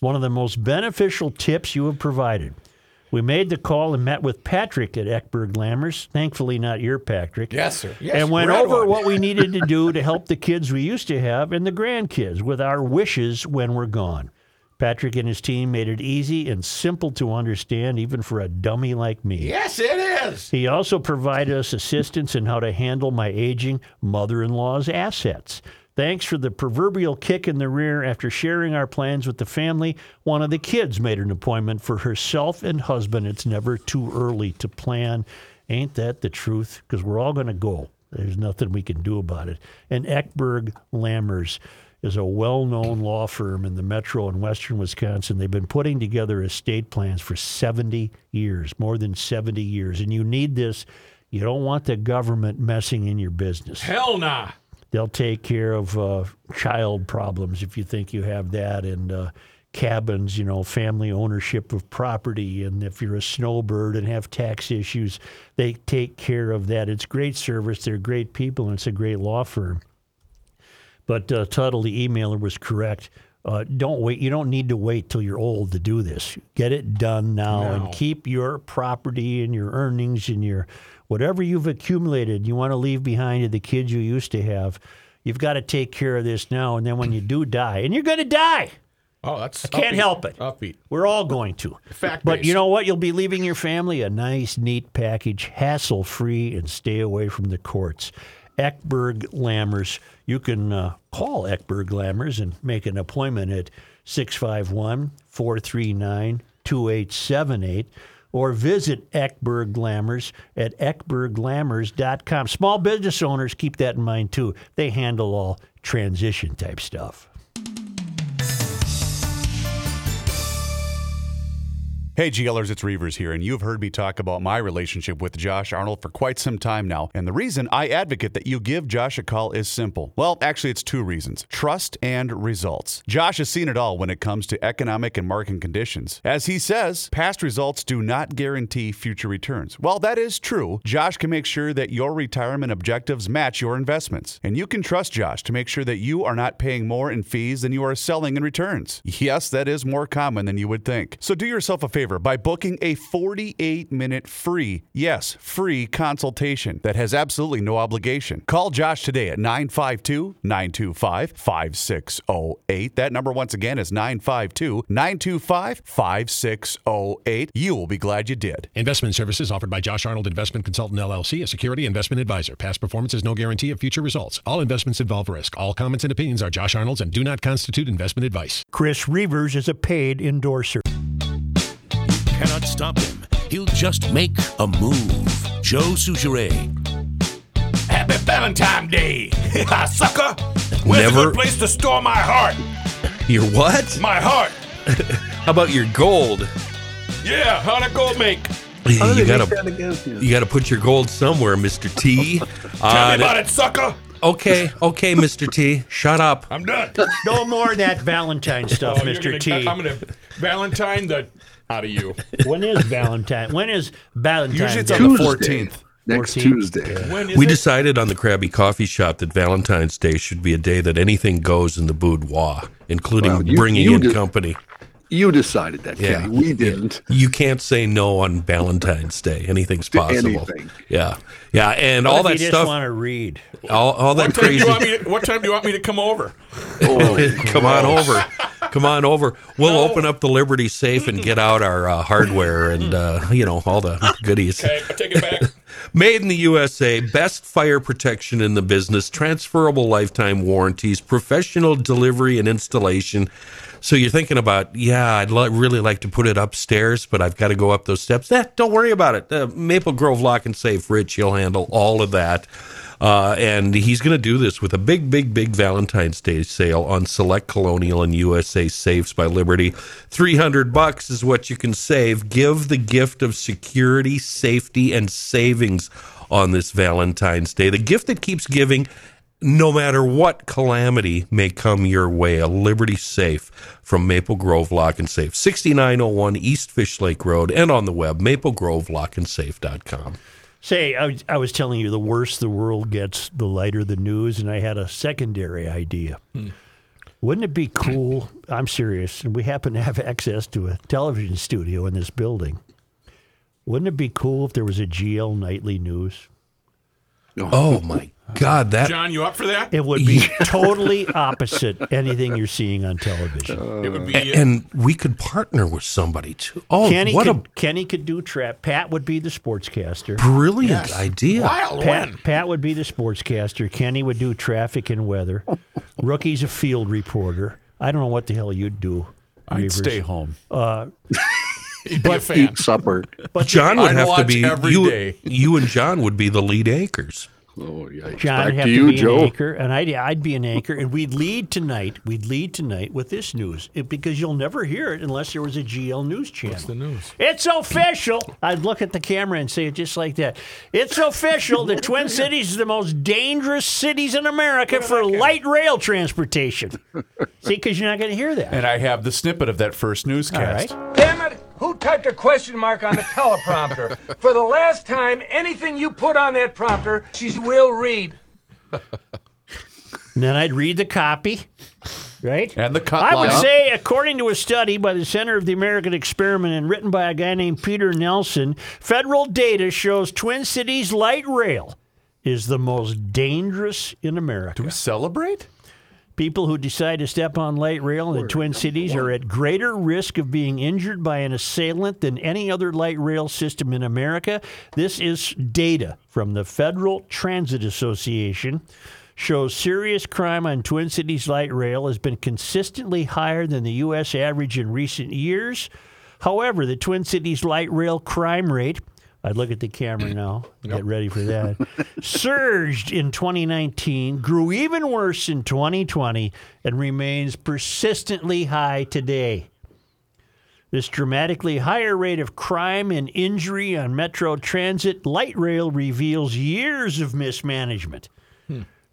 Speaker 1: one of the most beneficial tips you have provided. We made the call and met with Patrick at Eckberg Lammers. Thankfully, not your Patrick
Speaker 6: Yes, sir.
Speaker 1: and went
Speaker 5: red
Speaker 1: over
Speaker 5: one.
Speaker 1: what we needed to do to help the kids we used to have and the grandkids with our wishes when we're gone. Patrick and his team made it easy and simple to understand, even for a dummy like me.
Speaker 5: Yes, it is.
Speaker 1: He also provided us assistance in how to handle my aging mother in law's assets. Thanks for the proverbial kick in the rear after sharing our plans with the family. One of the kids made an appointment for herself and husband. It's never too early to plan. Ain't that the truth? Because we're all going to go. There's nothing we can do about it. And Eckberg Lammers is a well known law firm in the metro in western Wisconsin. They've been putting together estate plans for 70 years, more than 70 years. And you need this. You don't want the government messing in your business.
Speaker 5: Hell nah.
Speaker 1: They'll take care of uh, child problems if you think you have that, and uh, cabins, you know, family ownership of property. And if you're a snowbird and have tax issues, they take care of that. It's great service. They're great people, and it's a great law firm. But uh, Tuttle, the emailer, was correct. Uh, don't wait. You don't need to wait till you're old to do this. Get it done now and keep your property and your earnings and your whatever you've accumulated. You want to leave behind to the kids you used to have. You've got to take care of this now. And then when you do die, and you're going to die,
Speaker 5: Oh, that's.
Speaker 1: can't
Speaker 5: upbeat.
Speaker 1: help it.
Speaker 5: Upbeat.
Speaker 1: We're all going to.
Speaker 5: Fact-based.
Speaker 1: But you know what? You'll be leaving your family a nice, neat package, hassle free, and stay away from the courts. Eckberg Lammers. You can uh, call Eckberg Lammers and make an appointment at 651 439 2878 or visit Eckberg Lammers at eckberglammers.com. Small business owners, keep that in mind too. They handle all transition type stuff.
Speaker 6: Hey, GLers, it's Reavers here, and you've heard me talk about my relationship with Josh Arnold for quite some time now. And the reason I advocate that you give Josh a call is simple. Well, actually, it's two reasons trust and results. Josh has seen it all when it comes to economic and market conditions. As he says, past results do not guarantee future returns. While that is true, Josh can make sure that your retirement objectives match your investments. And you can trust Josh to make sure that you are not paying more in fees than you are selling in returns. Yes, that is more common than you would think. So do yourself a favor by booking a 48 minute free, yes, free consultation that has absolutely no obligation. Call Josh today at 952 925 5608. That number, once again, is 952 925 5608. You will be glad you did.
Speaker 8: Investment services offered by Josh Arnold Investment Consultant LLC, a security investment advisor. Past performance is no guarantee of future results. All investments involve risk. All comments and opinions are Josh Arnold's and do not constitute investment advice.
Speaker 1: Chris Reavers is a paid endorser.
Speaker 7: cannot stop him. He'll just make a move. Joe Sugere.
Speaker 5: Happy Valentine Day, [laughs] Ah, sucker. Where's
Speaker 4: Never-
Speaker 5: a good place to store my heart?
Speaker 4: Your what?
Speaker 5: My heart.
Speaker 4: [laughs] How about your gold?
Speaker 5: Yeah, how'd it go, make?
Speaker 3: How do
Speaker 4: You
Speaker 3: they make that
Speaker 4: gotta,
Speaker 3: again?
Speaker 4: you gotta put your gold somewhere, Mister T.
Speaker 5: Tell me
Speaker 4: Uh,
Speaker 5: about it, sucker.
Speaker 4: okay, okay, Mister T. Shut up.
Speaker 5: I'm
Speaker 4: [laughs]
Speaker 5: done.
Speaker 1: No more of that Valentine stuff,
Speaker 5: Oh, you're
Speaker 1: Mr.
Speaker 5: gonna-
Speaker 1: T.
Speaker 5: I'm gonna Valentine the out of you.
Speaker 1: When is Valentine? When is Valentine?
Speaker 6: Usually it's
Speaker 1: Day?
Speaker 6: on the
Speaker 3: Tuesday.
Speaker 6: 14th.
Speaker 3: Next
Speaker 1: 14th.
Speaker 3: Tuesday.
Speaker 5: When is
Speaker 4: We
Speaker 5: it?
Speaker 4: decided on the Krabby Coffee Shop that Valentine's Day should be a day that anything goes in the boudoir, including
Speaker 3: Well, you-
Speaker 4: bringing
Speaker 3: you
Speaker 4: in
Speaker 3: do-
Speaker 4: company.
Speaker 3: You decided that,
Speaker 4: Yeah.
Speaker 3: Kenny. We didn't.
Speaker 4: You can't say no on Valentine's Day. Anything's possible.
Speaker 3: anything.
Speaker 4: Yeah, yeah, and all
Speaker 1: What if
Speaker 4: that
Speaker 1: you
Speaker 4: stuff,
Speaker 1: just want to read.
Speaker 4: all, all that
Speaker 5: What time, do
Speaker 4: crazy.
Speaker 5: you want me to, what time do you want me to come over?
Speaker 4: [laughs] Come on over. Come on over. We'll open up the Liberty safe and get out our uh, hardware and uh, you know all the goodies.
Speaker 5: Okay, I take it back.
Speaker 4: [laughs] Made in the USA, best fire protection in the business, transferable lifetime warranties, professional delivery and installation. So you're thinking about, yeah, I'd li- really like to put it upstairs, but I've got to go up those steps. Eh, don't worry about it. Uh, Maple Grove Lock and Safe, Rich, he'll handle all of that. Uh, and he's going to do this with a big, big, big Valentine's Day sale on select Colonial and USA Safes by Liberty. 300 bucks is what you can save. Give the gift of security, safety, and savings on this Valentine's Day. The gift that keeps giving no matter what calamity may come your way, a Liberty Safe from Maple Grove Lock and Safe, 6901 East Fish Lake Road, and on the web, maplegrovelockandsafe.com.
Speaker 1: Say, I, was- I was telling you, the worse the world gets, the lighter the news, and I had a secondary idea. Wouldn't it be cool? I'm serious, and we happen to have access to a television studio in this building. Wouldn't it be cool if there was a GL nightly news?
Speaker 4: Oh my God, that
Speaker 5: John, you up for that?
Speaker 1: It would be totally opposite anything you're seeing on television.
Speaker 5: It would be.
Speaker 4: A- and we could partner with somebody too. Oh,
Speaker 1: Kenny
Speaker 4: what
Speaker 1: could,
Speaker 4: a
Speaker 1: Kenny could do trap. Pat would be the sportscaster.
Speaker 4: brilliant idea!
Speaker 5: Wild
Speaker 1: Pat,
Speaker 5: one.
Speaker 1: Pat would be the sportscaster. Kenny would do traffic and
Speaker 4: [laughs]
Speaker 1: weather. Rookie's a field reporter. I don't know what the hell you'd do.
Speaker 6: I'd
Speaker 1: Reavers.
Speaker 6: stay home.
Speaker 5: You'd be a fan.
Speaker 3: Eat supper.
Speaker 4: John would
Speaker 5: I'd
Speaker 4: have to
Speaker 5: watch
Speaker 4: be
Speaker 5: every
Speaker 4: you.
Speaker 5: day.
Speaker 4: You and John would be the lead anchors.
Speaker 3: Oh, yeah.
Speaker 1: John,
Speaker 3: Back
Speaker 1: have
Speaker 3: to
Speaker 1: to,
Speaker 3: you,
Speaker 1: be an
Speaker 3: Joe.
Speaker 1: anchor, and I'd, I'd be an anchor, and we'd lead tonight. We'd lead tonight with this news it, because you'll never hear it unless there was a GL news channel. What's the news? It's official. I'd look at the camera and say it just like that. It's official. the Twin Cities is the most dangerous cities in America for light rail transportation. See, because you're not going to hear that.
Speaker 6: And I have the snippet of that first
Speaker 1: All
Speaker 6: newscast.
Speaker 1: right.
Speaker 9: Damn it! Who typed a question mark on the
Speaker 4: [laughs]
Speaker 9: teleprompter? For the last time, anything you put on that prompter, she will read.
Speaker 1: And then I'd read the copy, right?
Speaker 6: And the cut
Speaker 1: I
Speaker 6: line.
Speaker 1: would say, according to a study by the Center of the American Experiment and written by a guy named Peter Nelson, federal data shows Twin Cities light rail is the most dangerous in America.
Speaker 6: Do we celebrate?
Speaker 1: People who decide to step on light rail in the Twin Cities are at greater risk of being injured by an assailant than any other light rail system in America. This is data from the Federal Transit Association. Shows serious crime on Twin Cities light rail has been consistently higher than the U.S. average in recent years. However, the Twin Cities light rail crime rate, I'd look at the camera now, get ready for that, surged in 2019, grew even worse in 2020, and remains persistently high today. This dramatically higher rate of crime and injury on Metro Transit light rail reveals years of mismanagement.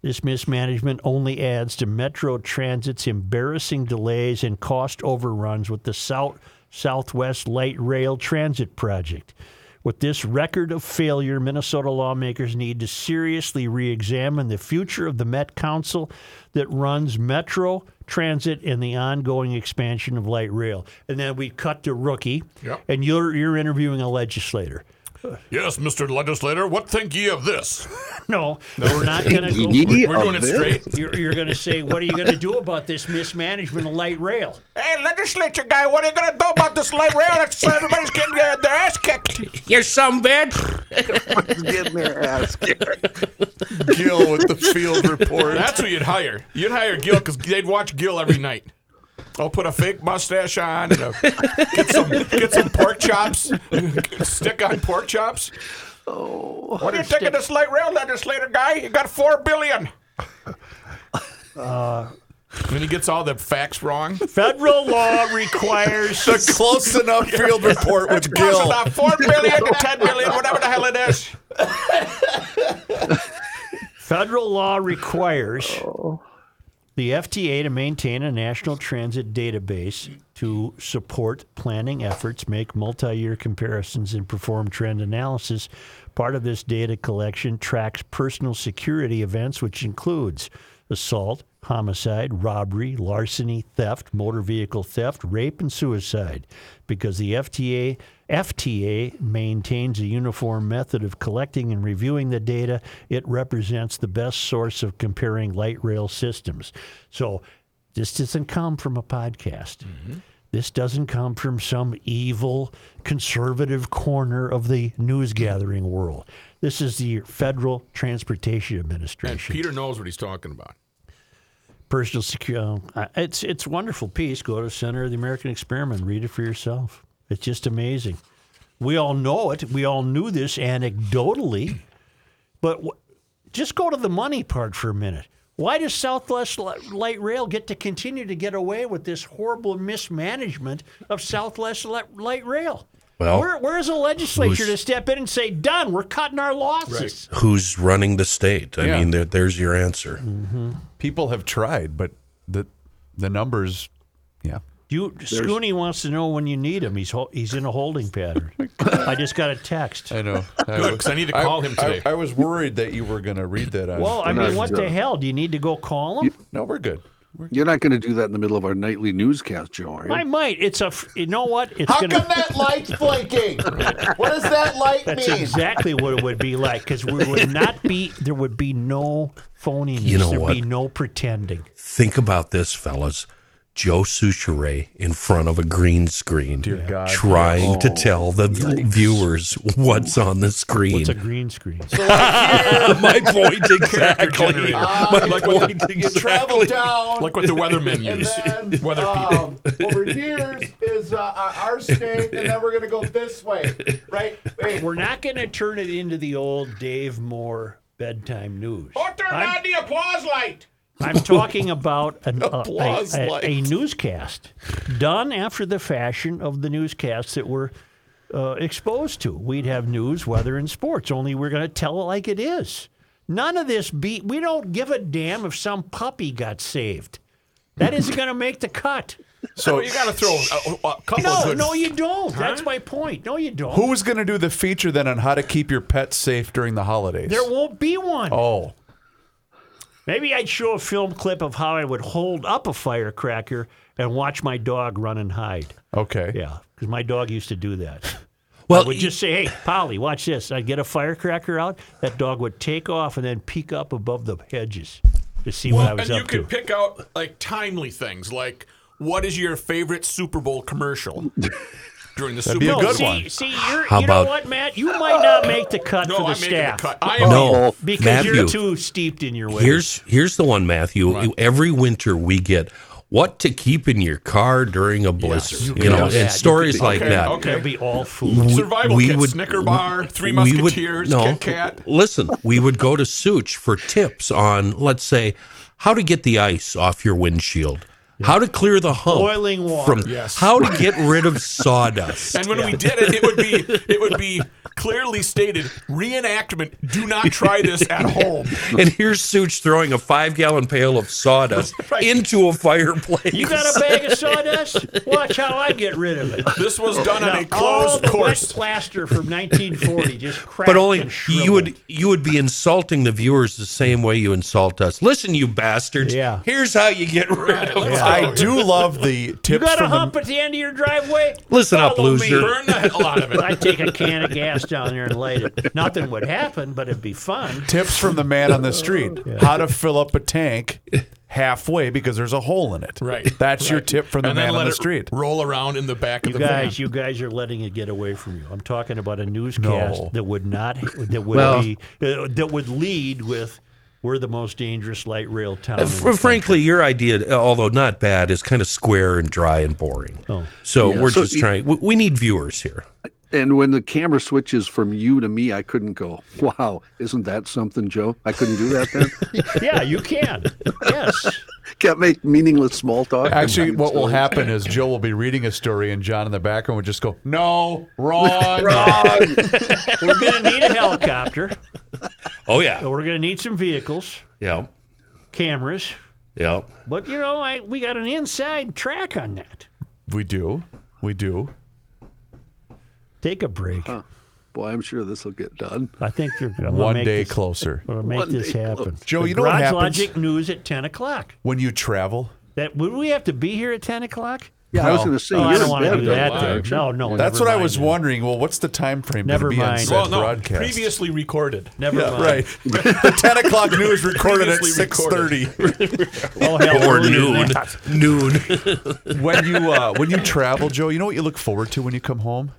Speaker 1: This mismanagement only adds to Metro Transit's embarrassing delays and cost overruns with the South Southwest Light Rail Transit Project. With this record of failure, Minnesota lawmakers need to seriously re examine the future of the Met Council that runs Metro Transit and the ongoing expansion of light rail. And then we cut to Rookie, and you're, you're interviewing a legislator. [laughs]
Speaker 5: Yes, Mr. Legislator, what think ye of this?
Speaker 1: No, we're not going
Speaker 3: [laughs]
Speaker 1: to go.
Speaker 3: Ye
Speaker 5: We're
Speaker 3: of
Speaker 5: doing it
Speaker 3: this?
Speaker 1: [laughs]
Speaker 5: straight.
Speaker 1: You're, you're going to say, what are you going to do about this mismanagement of light rail?
Speaker 9: Hey, legislature guy, what are you gonna do about this light rail?
Speaker 4: [laughs]
Speaker 9: Everybody's getting their, their ass kicked.
Speaker 4: You're some bitch.
Speaker 3: Getting their ass kicked.
Speaker 6: [laughs] Gil with the field report.
Speaker 5: That's who you'd hire. You'd hire Gil because they'd watch Gil every night. I'll put a fake mustache on and a, get some get some pork chops. Stick on pork chops. Oh, what are you taking this light rail legislator guy? You got four
Speaker 4: [laughs]
Speaker 5: billion.
Speaker 4: Uh,
Speaker 5: and he gets all the facts wrong.
Speaker 1: Federal law requires.
Speaker 6: the close enough field report with
Speaker 5: Close
Speaker 6: Gil.
Speaker 5: enough. Four billion to ten billion, whatever the hell it is.
Speaker 1: Federal law requires the FTA to maintain a national transit database to support planning efforts, make multi year comparisons, and perform trend analysis. Part of this data collection tracks personal security events, which includes assault, homicide, robbery, larceny, theft, motor vehicle theft, rape, and suicide, because the FTA FTA maintains a uniform method of collecting and reviewing the data. It represents the best source of comparing light rail systems. So this doesn't come from a podcast.
Speaker 5: Mm-hmm.
Speaker 1: This doesn't come from some evil conservative corner of the news gathering world. This is the Federal Transportation
Speaker 5: And
Speaker 1: Administration.
Speaker 5: Peter knows what he's talking about.
Speaker 1: Personal security. It's it's a wonderful piece. Go to Center of the American Experiment. Read it for yourself. It's just amazing. We all know it. We all knew this anecdotally, but w- just go to the money part for a minute. Why does Southwest Li- Light Rail get to continue to get away with this horrible mismanagement of Southwest Li- Light Rail?
Speaker 4: Well,
Speaker 1: where, where is the legislature
Speaker 4: who's-
Speaker 1: to step in and say, "Done. We're cutting our losses."
Speaker 4: Who's running the state? I
Speaker 6: Yeah.
Speaker 4: mean, there, there's your answer.
Speaker 6: People have tried, but the the numbers, yeah.
Speaker 1: Do You, Scooney wants to know when you need him. He's ho- he's in a holding
Speaker 4: [laughs]
Speaker 1: pattern.
Speaker 4: Oh
Speaker 1: I just got a text.
Speaker 6: I know.
Speaker 5: Good, 'cause I need to call him today.
Speaker 6: I, was worried that you were going to read that. On,
Speaker 1: Well, I
Speaker 3: We're
Speaker 1: mean,
Speaker 3: not
Speaker 1: what
Speaker 3: sure.
Speaker 1: the hell? Do you need to go call him?
Speaker 6: no, we're good.
Speaker 3: You're not going to do that in the middle of our nightly newscast, Joe, are you?
Speaker 1: I might. It's a. f- You know what? It's
Speaker 10: How
Speaker 1: gonna.
Speaker 10: come that light's blinking? what does that light
Speaker 1: that's
Speaker 10: mean?
Speaker 1: exactly what it would be like because we
Speaker 4: [laughs]
Speaker 1: would not be. There would be no phoniness.
Speaker 4: You know
Speaker 1: There'd
Speaker 4: what?
Speaker 1: be no pretending.
Speaker 4: Think about this, fellas. Joe Souchere in front of a green screen,
Speaker 6: God.
Speaker 4: trying
Speaker 10: Oh,
Speaker 4: to tell the viewers what's on the screen.
Speaker 1: It's a green screen.
Speaker 4: My
Speaker 5: [laughs]
Speaker 4: point exactly. My point
Speaker 10: You travel
Speaker 4: exactly.
Speaker 10: down,
Speaker 5: Like what the weathermen
Speaker 10: and
Speaker 5: use.
Speaker 8: [laughs]
Speaker 10: then
Speaker 5: [laughs] Weather
Speaker 4: uh,
Speaker 5: people.
Speaker 10: um, over here is uh, our our state, and then we're gonna go this way, right? Wait,
Speaker 1: We're not going to turn it into the old Dave Moore bedtime news.
Speaker 5: Or turn on the applause light.
Speaker 1: I'm talking about an, uh, a,
Speaker 5: Applause
Speaker 1: a-
Speaker 5: light.
Speaker 1: a newscast done after the fashion of the newscasts that we're uh, exposed to. We'd have news, weather, and sports, only we're going to tell it like it is. None of this beat. We don't give a damn if some puppy got saved. That isn't going to make the
Speaker 6: [laughs]
Speaker 1: cut.
Speaker 5: So you got to throw a, a couple of
Speaker 1: No,
Speaker 5: good.
Speaker 1: no, you don't. That's my point. No, you don't.
Speaker 6: Who is going to do the feature then on how to keep your pets safe during the holidays?
Speaker 1: There won't be one.
Speaker 6: oh,
Speaker 1: Maybe I'd show a film clip of how I would hold up a firecracker and watch my dog run and hide.
Speaker 6: okay.
Speaker 1: Yeah, because my dog used to do that.
Speaker 4: [laughs] Well,
Speaker 1: I would just say, "Hey, Polly, watch this." I'd get a firecracker out. That dog would take off and then peek up above the hedges to see what I
Speaker 5: and
Speaker 1: was
Speaker 5: you
Speaker 1: up to.
Speaker 5: could pick out like timely things, like what is your favorite Super Bowl commercial during the Super
Speaker 6: be a
Speaker 5: Bowl?
Speaker 6: good
Speaker 1: see,
Speaker 6: one.
Speaker 1: see, you're,
Speaker 4: How
Speaker 1: you know
Speaker 4: about-
Speaker 1: what, Matt? You might not make the cut
Speaker 5: No,
Speaker 1: for the
Speaker 5: I'm making the
Speaker 1: staff
Speaker 5: cut. I am
Speaker 4: No,
Speaker 1: because
Speaker 4: Matthew.
Speaker 1: you're too steeped in your ways.
Speaker 4: Here's here's the one, Matthew. Every winter we get what to keep in your car during a blizzard.
Speaker 1: you
Speaker 4: you,
Speaker 1: can do
Speaker 4: know,
Speaker 1: that. You
Speaker 4: and
Speaker 1: could
Speaker 4: stories
Speaker 1: do
Speaker 4: like
Speaker 5: Okay,
Speaker 4: that.
Speaker 5: okay.
Speaker 1: That'd be all food.
Speaker 5: Survival
Speaker 4: we
Speaker 5: kit,
Speaker 4: would-
Speaker 5: Snicker bar, Three
Speaker 4: we would-
Speaker 5: Musketeers,
Speaker 4: no,
Speaker 5: Kit Kat.
Speaker 4: Listen, we would go to Such for tips on, let's say, how to get the ice off your windshield, how to clear the hump,
Speaker 1: Boiling water.
Speaker 4: from how to get rid of sawdust.
Speaker 5: And when we did it, it
Speaker 1: [laughs]
Speaker 5: would be it would be clearly stated reenactment. Do not try this
Speaker 4: [laughs]
Speaker 5: at home.
Speaker 4: and here's Such throwing a five gallon pail
Speaker 5: [laughs]
Speaker 4: of sawdust into a fireplace.
Speaker 1: You
Speaker 4: [laughs]
Speaker 1: got a bag of sawdust? Watch how I get rid of it.
Speaker 5: This was done on a
Speaker 1: all
Speaker 5: closed
Speaker 1: the wet
Speaker 5: course.
Speaker 1: plaster from 1940 just cracked
Speaker 4: but only
Speaker 1: and
Speaker 4: you
Speaker 1: shriveled.
Speaker 4: would you would be insulting the viewers the same way you insult us. Listen, you bastards.
Speaker 1: Yeah.
Speaker 4: Here's how you get rid of.
Speaker 1: Yeah.
Speaker 6: I do love the tips
Speaker 1: You got a
Speaker 6: from
Speaker 1: hump
Speaker 6: the,
Speaker 1: at the end of your driveway?
Speaker 4: [laughs] Listen up,
Speaker 1: Follow me.
Speaker 4: loser.
Speaker 5: Burn the hell out of it.
Speaker 1: I'd take a can of gas down there and light it. Nothing would happen, but it'd be fun.
Speaker 6: tips from the man on the
Speaker 5: [laughs]
Speaker 6: street. How to fill up a tank halfway because there's a hole in it.
Speaker 5: Right.
Speaker 6: That's your tip from the
Speaker 5: and
Speaker 6: man
Speaker 5: then
Speaker 6: on
Speaker 5: let
Speaker 6: the
Speaker 5: it
Speaker 6: street.
Speaker 5: roll around in the back of
Speaker 1: You
Speaker 5: the
Speaker 1: guys,
Speaker 5: van.
Speaker 1: you guys are letting it get away from you. I'm talking about a newscast
Speaker 6: No.
Speaker 1: that would not, that would
Speaker 4: Well-
Speaker 1: be, uh, that would lead with, "We're the most dangerous light rail town." in the
Speaker 4: Fr- frankly, your idea, although not bad, is kind of square and dry and boring.
Speaker 1: Oh.
Speaker 4: So
Speaker 3: Yeah.
Speaker 4: we're
Speaker 3: So
Speaker 4: just
Speaker 3: you-
Speaker 4: trying. We, we need viewers here.
Speaker 3: And when the camera switches from you to me, I couldn't go, wow, isn't that something, Joe? I couldn't do that
Speaker 6: [laughs]
Speaker 3: then.
Speaker 1: country. Yeah, you can. Yes.
Speaker 3: Can't make meaningless small talk.
Speaker 6: Actually, what will happen is Joe will be reading a story, and John in the background would just go, "No,
Speaker 5: [laughs]
Speaker 6: wrong."
Speaker 1: We're going to need a helicopter.
Speaker 4: Oh yeah,
Speaker 1: We're going to need some vehicles,
Speaker 4: yeah,
Speaker 1: cameras.
Speaker 4: yeah.
Speaker 1: But you know, I we got an inside track on that.
Speaker 6: We do, we do.
Speaker 1: Take a break.
Speaker 3: Boy, I'm sure this will get done.
Speaker 1: I think you're I'm gonna
Speaker 6: One
Speaker 1: make
Speaker 6: day
Speaker 1: this,
Speaker 6: closer.
Speaker 1: I'm gonna make
Speaker 3: One
Speaker 1: this
Speaker 3: day
Speaker 1: happen.
Speaker 6: Joe,
Speaker 1: The
Speaker 6: you know what
Speaker 1: Garage
Speaker 6: happens?
Speaker 1: Logic news at ten o'clock.
Speaker 6: When you travel,
Speaker 1: That would we have to be here at ten o'clock?
Speaker 3: Yeah, I was going to say,
Speaker 1: Oh, I
Speaker 3: you're
Speaker 1: don't
Speaker 3: in
Speaker 1: want to
Speaker 3: bed
Speaker 1: do
Speaker 3: by
Speaker 1: that.
Speaker 3: then,
Speaker 1: Then.
Speaker 3: aren't you?
Speaker 1: No, no.
Speaker 6: that's
Speaker 1: never
Speaker 6: what I
Speaker 1: mind
Speaker 6: was
Speaker 1: then.
Speaker 6: wondering. Well, what's the time frame going
Speaker 1: Never
Speaker 6: to be on
Speaker 1: mind.
Speaker 6: said
Speaker 5: well, no,
Speaker 6: broadcast?
Speaker 5: previously recorded.
Speaker 1: Never mind.
Speaker 6: Right. the 10
Speaker 1: [laughs]
Speaker 6: o'clock news recorded at
Speaker 5: Previously recorded.
Speaker 6: 6.30.
Speaker 1: Oh, hell,
Speaker 4: Or
Speaker 1: earlier than
Speaker 4: noon,
Speaker 1: that.
Speaker 4: noon.
Speaker 6: when, you, uh, when you travel, Joe, you know what you look forward to when you come home?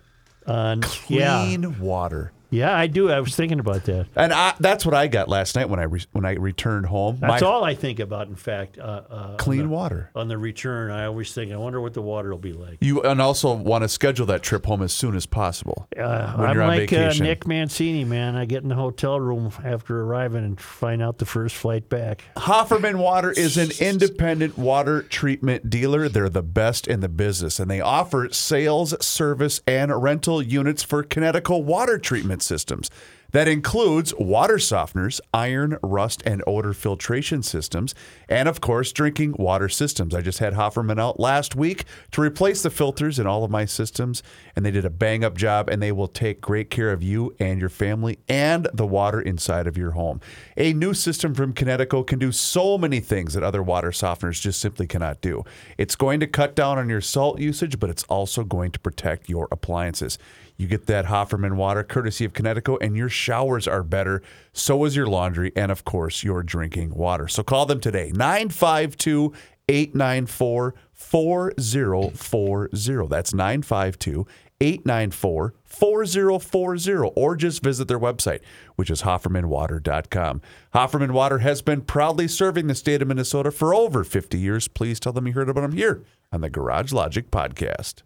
Speaker 1: Uh, yeah,
Speaker 6: Clean water.
Speaker 1: yeah, I do. I was thinking about that.
Speaker 6: And I, that's what I got last night when I re- when I returned home.
Speaker 1: That's
Speaker 6: My
Speaker 1: all I think about. In fact, uh, uh,
Speaker 6: clean water.
Speaker 1: on the return, I always think, I wonder what the water will be like.
Speaker 6: You and also want to schedule that trip home as soon as possible
Speaker 1: Uh,
Speaker 6: when
Speaker 1: I'm
Speaker 6: you're on
Speaker 1: like uh,
Speaker 6: vacation.
Speaker 1: Nick Mancini, man. I get in the hotel room after arriving and find out the first flight back.
Speaker 6: Hofferman Water is an independent water treatment dealer. They're the best in the business, and they offer sales, service, and rental units for Connecticut water treatment systems. That includes water softeners, iron, rust, and odor filtration systems, and of course, drinking water systems. I just had Hofferman out last week to replace the filters in all of my systems, and they did a bang up job, and they will take great care of you and your family and the water inside of your home. A new system from Kinetico can do so many things that other water softeners just simply cannot do. It's going to cut down on your salt usage, but it's also going to protect your appliances. You get that Hofferman water courtesy of Kinetico, and your showers are better. So is your laundry, and of course, your drinking water. So call them today 952 894 4040. That's 952 894 4040. Or just visit their website, which is HoffermanWater.com. Hofferman Water has been proudly serving the state of Minnesota for over 50 years. Please tell them you heard about them here on the Garage Logic Podcast.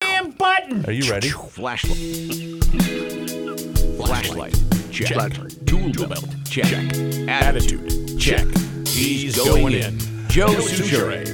Speaker 1: Damn butt button.
Speaker 11: Are you ready?
Speaker 2: Flashlight. Flashlight. Check. Tool belt. Check. Attitude. Check. He's going in. Joe Suchere.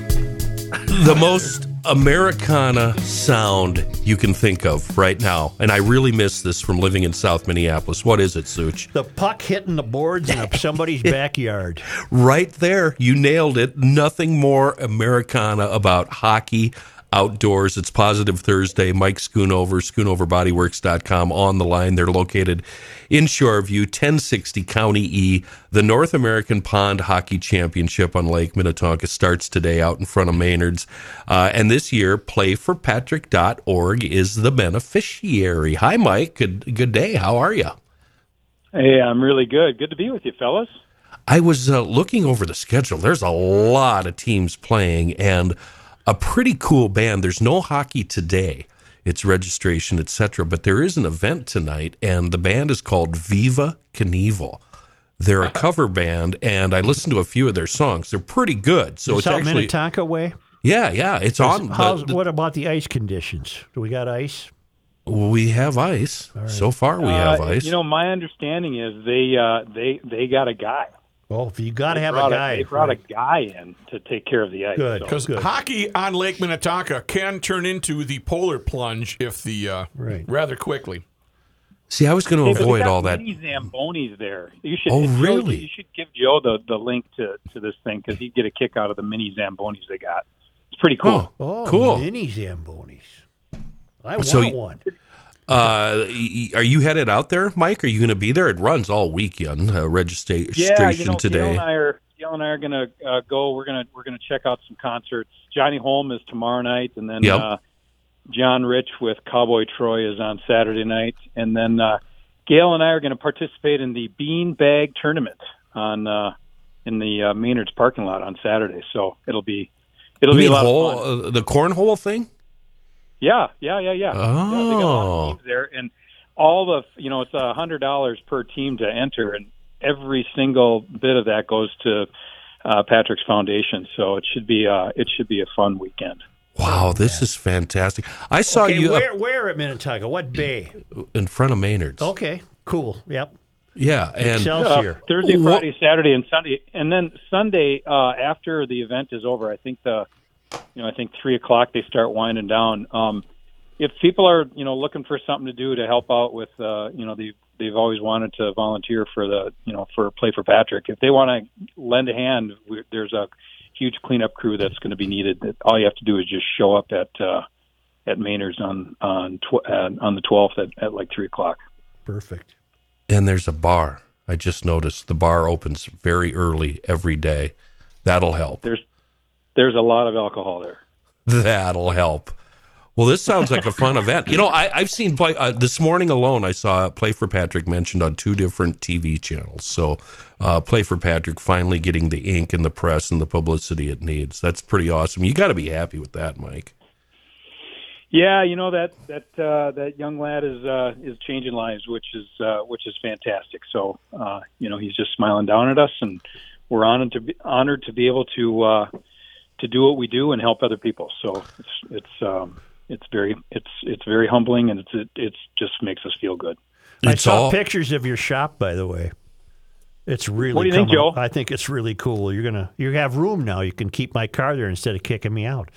Speaker 4: the most Americana sound you can think of right now. And I really miss this from living in South Minneapolis. What is it, Such?
Speaker 1: The puck hitting the boards in somebody's backyard.
Speaker 4: Right there. You nailed it. Nothing more Americana about hockey outdoors. It's Positive Thursday. Mike Schoonover, schoonoverbodyworks.com on the line. They're located in Shoreview, 1060 County E. The North American Pond Hockey Championship on Lake Minnetonka starts today out in front of Maynard's. Uh, and this year, playforpatrick.org is the beneficiary. Hi, Mike. Good, good day. How are you?
Speaker 5: Hey, I'm really good. Good to be with you, fellas.
Speaker 4: I was uh, looking over the schedule. There's a lot of teams playing and a pretty cool band. There's no hockey today. It's registration, etc. But there is an event tonight, and the band is called Viva Knievel. They're a cover band, and I listened to a few of their songs. They're pretty good. So
Speaker 1: Is
Speaker 4: it's
Speaker 1: out
Speaker 4: actually
Speaker 1: Minnetonka way.
Speaker 4: yeah, yeah. It's on. the-
Speaker 1: How's, what about the ice conditions? Do we got ice?
Speaker 4: we have ice. So far, we have
Speaker 5: Uh,
Speaker 4: ice.
Speaker 5: You know, my understanding is they uh, they they got a guy.
Speaker 1: Well, if you got
Speaker 5: to
Speaker 6: have a guy.
Speaker 5: They brought a guy in to take care of the ice.
Speaker 6: Good,
Speaker 5: so-
Speaker 6: because hockey on Lake Minnetonka can turn into the polar plunge if the uh, rather quickly.
Speaker 4: See, I was going
Speaker 5: Hey, but
Speaker 4: to
Speaker 5: they
Speaker 4: avoid
Speaker 5: got
Speaker 4: all that.
Speaker 5: many Zambonis there. You should.
Speaker 4: Oh,
Speaker 5: Joe,
Speaker 4: really?
Speaker 5: You should give Joe the, the link to, to this thing because he'd get a kick out of the mini Zambonis they got. It's pretty cool.
Speaker 1: Oh,
Speaker 4: Cool.
Speaker 1: Mini Zambonis. I
Speaker 4: So
Speaker 1: want
Speaker 6: [laughs]
Speaker 4: you-
Speaker 1: one.
Speaker 4: Uh, y- y- are you headed out there, Mike? Are you going to be there? It runs all weekend. Uh, registration
Speaker 5: Yeah, you know, Gail
Speaker 4: today.
Speaker 5: and I are Gail and I are gonna uh, go. We're gonna we're gonna check out some concerts. Johnny Holm is tomorrow night, and then
Speaker 4: Yep.
Speaker 5: uh, John Rich with Cowboy Troy is on Saturday night, and then uh, Gail and I are gonna participate in the Bean Bag Tournament on uh, in the uh, Maynard's parking lot on Saturday. So it'll be it'll
Speaker 4: You
Speaker 5: be a
Speaker 4: mean
Speaker 5: lot
Speaker 4: whole-
Speaker 5: of fun.
Speaker 4: uh, the cornhole thing.
Speaker 5: Yeah, yeah, yeah, yeah. Yeah, they got a lot
Speaker 4: uh, Oh.
Speaker 5: of teams there, and all the you know it's a hundred dollars per team to enter, and every single bit of that goes to uh, Patrick's foundation. So it should be uh, it should be a fun weekend.
Speaker 4: Wow, this is fantastic. I saw
Speaker 1: okay,
Speaker 4: you
Speaker 1: Where, where at Minnetonka? What bay?
Speaker 4: up in front of Maynard's.
Speaker 1: Okay, cool. Yep.
Speaker 4: Yeah, and
Speaker 5: Uh, Thursday, Friday, Saturday, and Sunday, and then Sunday uh, after the event is over. I think the, you know, I think three o'clock they start winding down. Um, if people are you know looking for something to do to help out with, uh, you know, they they've always wanted to volunteer for the you know for Play for Patrick. If they want to lend a hand, we, there's a huge cleanup crew that's going to be needed. That all you have to do is just show up at. Uh, at Maynard's on on tw- uh, on the twelfth at, at like three o'clock.
Speaker 1: Perfect.
Speaker 4: And there's a bar. I just noticed the bar opens very early every day. That'll help.
Speaker 5: There's there's a lot of alcohol there.
Speaker 4: [laughs] That'll help. Well, this sounds like a fun event. You know, I, I've seen play uh, this morning alone. I saw Play for Patrick mentioned on two different TV channels. So, uh, Play for Patrick finally getting the ink and the press and the publicity it needs. That's pretty awesome. You got to be happy with that, Mike.
Speaker 5: Yeah, you know that that uh, that young lad is uh, is changing lives, which is uh, which is fantastic. So uh, you know he's just smiling down at us, and we're honored to be honored to be able to uh, to do what we do and help other people. So it's it's um, it's very it's it's very humbling, and it's it it's just makes us feel good.
Speaker 1: I
Speaker 5: It's
Speaker 1: saw
Speaker 5: all-
Speaker 1: pictures of your shop, by the way. It's really.
Speaker 5: What do you think,
Speaker 1: coming-
Speaker 5: Joe?
Speaker 1: I think it's really cool. You're gonna you have room now. You can keep my car there instead of kicking me out.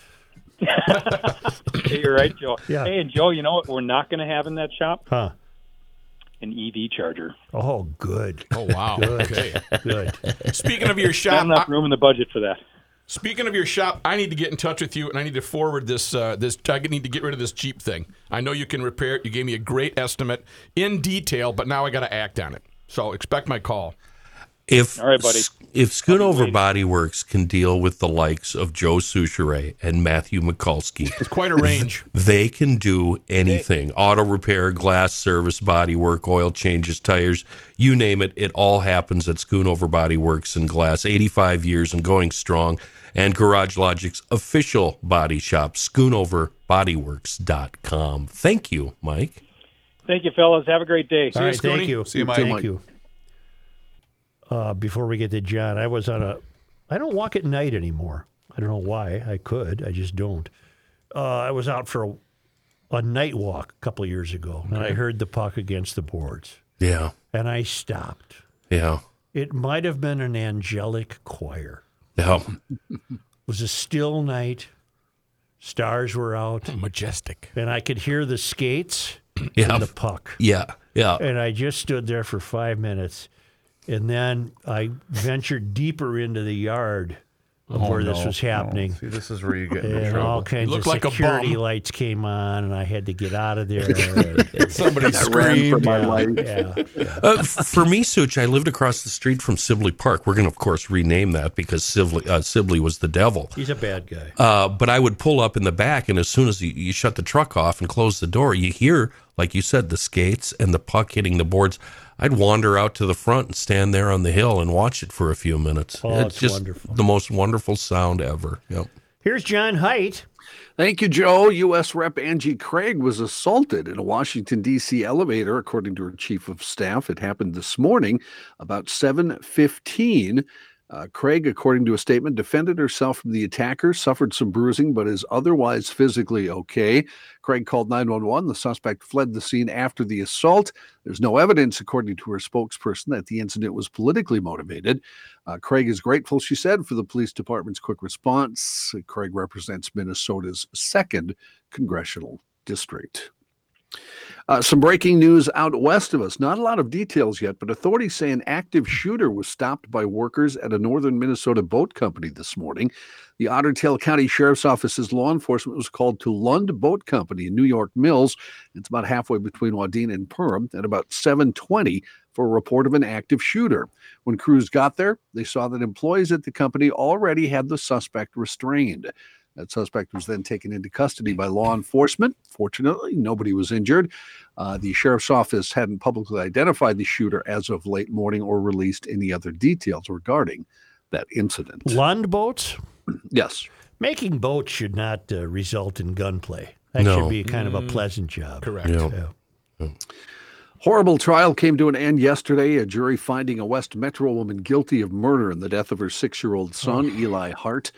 Speaker 5: Hey, you're right, Joe.
Speaker 1: Yeah.
Speaker 5: Hey, and Joe, you know what we're not going to have in that shop
Speaker 1: Huh?
Speaker 5: an EV charger.
Speaker 1: Oh, good.
Speaker 6: Oh wow.
Speaker 1: Good.
Speaker 6: Okay.
Speaker 1: Good.
Speaker 6: Speaking of your
Speaker 5: not
Speaker 6: shop,
Speaker 5: enough room in the budget for that.
Speaker 6: Speaking of your shop, I need to get in touch with you, and I need to forward this. Uh, this I need to get rid of this Jeep thing. I know you can repair it. You gave me a great estimate in detail, but now I got to act on it. So expect my call.
Speaker 4: If
Speaker 6: All right, buddy.
Speaker 4: S- If Schoonover Body Works can deal with the likes of Joe Souchere and Matthew Mikulski, it's
Speaker 6: quite a range.
Speaker 4: They can do anything: auto repair, glass service, body work, oil changes, tires, you name it. It all happens at Schoonover Body Works and Glass. Eighty-five years and going strong. And Garage Logic's official body shop, SchoonoverBodyWorks.com. Thank you, Mike.
Speaker 5: Thank you, fellas. Have a great day.
Speaker 1: All right, thank you. Thank you. Uh, before we get to John, I was on a. I don't walk at night anymore. I don't know why. I could. I just don't. Uh, I was out for a, a night walk a couple years ago, and I
Speaker 4: Okay.
Speaker 1: heard the puck against the boards,
Speaker 4: Yeah.
Speaker 1: and I stopped.
Speaker 4: Yeah.
Speaker 1: It might have been an angelic choir.
Speaker 4: Yeah.
Speaker 1: It was a still night. Stars were out. Majestic. And I could hear the skates
Speaker 4: Yeah.
Speaker 1: and the puck.
Speaker 4: Yeah. Yeah.
Speaker 1: And I just stood there for five minutes. And then I ventured deeper into the yard of
Speaker 12: Oh,
Speaker 1: where this
Speaker 12: no.
Speaker 1: was happening.
Speaker 12: Oh, see, this is where you get in
Speaker 1: and
Speaker 12: trouble.
Speaker 1: all kinds
Speaker 12: You look
Speaker 1: of
Speaker 12: like a
Speaker 1: security
Speaker 12: bum.
Speaker 1: lights came on, and I had to get out of there.
Speaker 12: Somebody I ran for screamed. my
Speaker 1: Yeah,
Speaker 12: life.
Speaker 1: yeah.
Speaker 4: Uh, f- for me, Such, I lived across the street from Sibley Park. We're going to, of course, rename that because Sibley, uh, Sibley was the devil.
Speaker 1: He's a bad guy.
Speaker 4: Uh, but I would pull up in the back, and as soon as you, you shut the truck off and close the door, you hear, like you said, the skates and the puck hitting the boards. I'd wander out to the front and stand there on the hill and watch it for a few minutes.
Speaker 1: Oh, it's
Speaker 4: just
Speaker 1: wonderful.
Speaker 4: the most wonderful sound ever. Yep.
Speaker 1: Here's John Height.
Speaker 3: Thank you, Joe. U.S. Rep. Angie Craig was assaulted in a Washington, D.C. elevator, according to her chief of staff. It happened this morning about 7.15. Uh, Craig, according to a statement, defended herself from the attacker, suffered some bruising, but is otherwise physically okay. Craig called 911. The suspect fled the scene after the assault. There's no evidence, according to her spokesperson, that the incident was politically motivated. Uh, Craig is grateful, she said, for the police department's quick response. Craig represents Minnesota's second congressional district. Uh, some breaking news out west of us. Not a lot of details yet, but authorities say an active shooter was stopped by workers at a northern Minnesota boat company this morning. The Otter Tail County Sheriff's Office's law enforcement was called to Lund Boat Company in New York Mills. It's about halfway between Wadena and Perham at about 720 for a report of an active shooter. When crews got there, they saw that employees at the company already had the suspect restrained. That suspect was then taken into custody by law enforcement. Fortunately, nobody was injured. Uh, the sheriff's office hadn't publicly identified the shooter as of late morning or released any other details regarding that incident.
Speaker 1: Lund boats?
Speaker 3: Yes.
Speaker 1: Making boats should not uh, result in gunplay. That
Speaker 3: No.
Speaker 1: should be kind of a
Speaker 3: Mm.
Speaker 1: pleasant job. Correct.
Speaker 3: Yeah. Horrible trial came to an end yesterday. A jury finding a West Metro woman guilty of murder in the death of her six year old son, Eli Hart.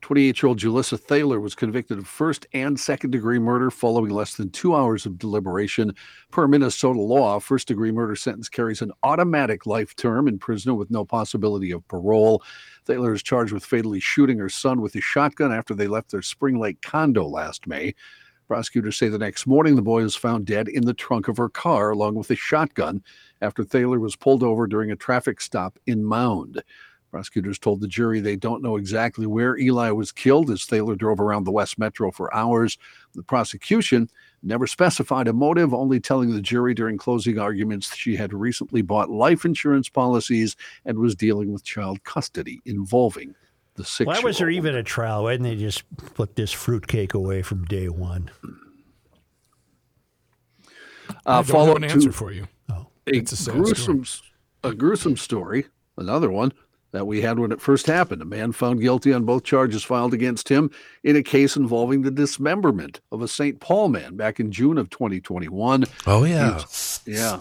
Speaker 3: 28 year old Julissa Thaler was convicted of first and second degree murder following less than two hours of deliberation. Per Minnesota law, first degree murder sentence carries an automatic life term in prison with no possibility of parole. Thaler is charged with fatally shooting her son with a shotgun after they left their Spring Lake condo last May. Prosecutors say the next morning the boy was found dead in the trunk of her car along with a shotgun after Thaler was pulled over during a traffic stop in Mound. Prosecutors told the jury they don't know exactly where Eli was killed as Thaler drove around the West Metro for hours. The prosecution never specified a motive, only telling the jury during closing arguments she had recently bought life insurance policies and was dealing with child custody involving the six.
Speaker 1: Why was there even a trial? Why didn't they just put this fruitcake away from day one?
Speaker 5: I
Speaker 3: uh,
Speaker 5: don't
Speaker 3: follow
Speaker 5: have an
Speaker 3: to
Speaker 5: answer for you.
Speaker 3: A
Speaker 5: It's a sad
Speaker 3: gruesome, a gruesome story. Another one that we had when it first happened. A man found guilty on both charges filed against him in a case involving the dismemberment of a St. Paul man back in June of 2021.
Speaker 4: Oh, yeah.
Speaker 3: He's- yeah.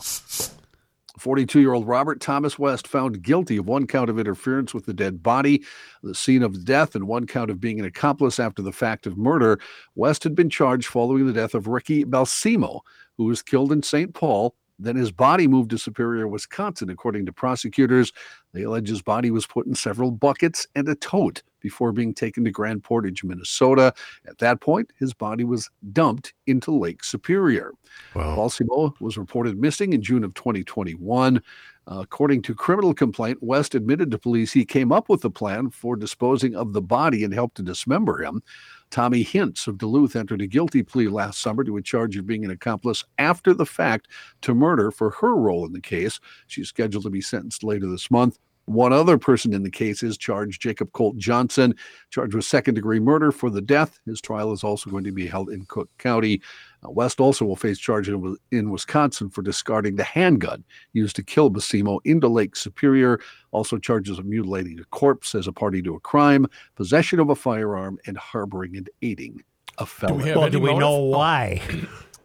Speaker 3: 42 year old Robert Thomas West found guilty of one count of interference with the dead body, the scene of death, and one count of being an accomplice after the fact of murder. West had been charged following the death of Ricky Balsimo, who was killed in St. Paul. Then his body moved to Superior, Wisconsin. According to prosecutors, they allege his body was put in several buckets and a tote before being taken to Grand Portage, Minnesota. At that point, his body was dumped into Lake Superior. Balsamo was reported missing in June of 2021. Uh, according to criminal complaint, West admitted to police he came up with the plan for disposing of the body and helped to dismember him. Tommy Hintz of Duluth entered a guilty plea last summer to a charge of being an accomplice after the fact to murder for her role in the case. She's scheduled to be sentenced later this month. One other person in the case is charged, Jacob Colt Johnson, charged with second degree murder for the death. His trial is also going to be held in Cook County. Uh, West also will face charges in, in Wisconsin for discarding the handgun used to kill Basimo into Lake Superior. Also, charges of mutilating a corpse as a party to a crime, possession of a firearm, and harboring and aiding a felon.
Speaker 1: well, do we know why?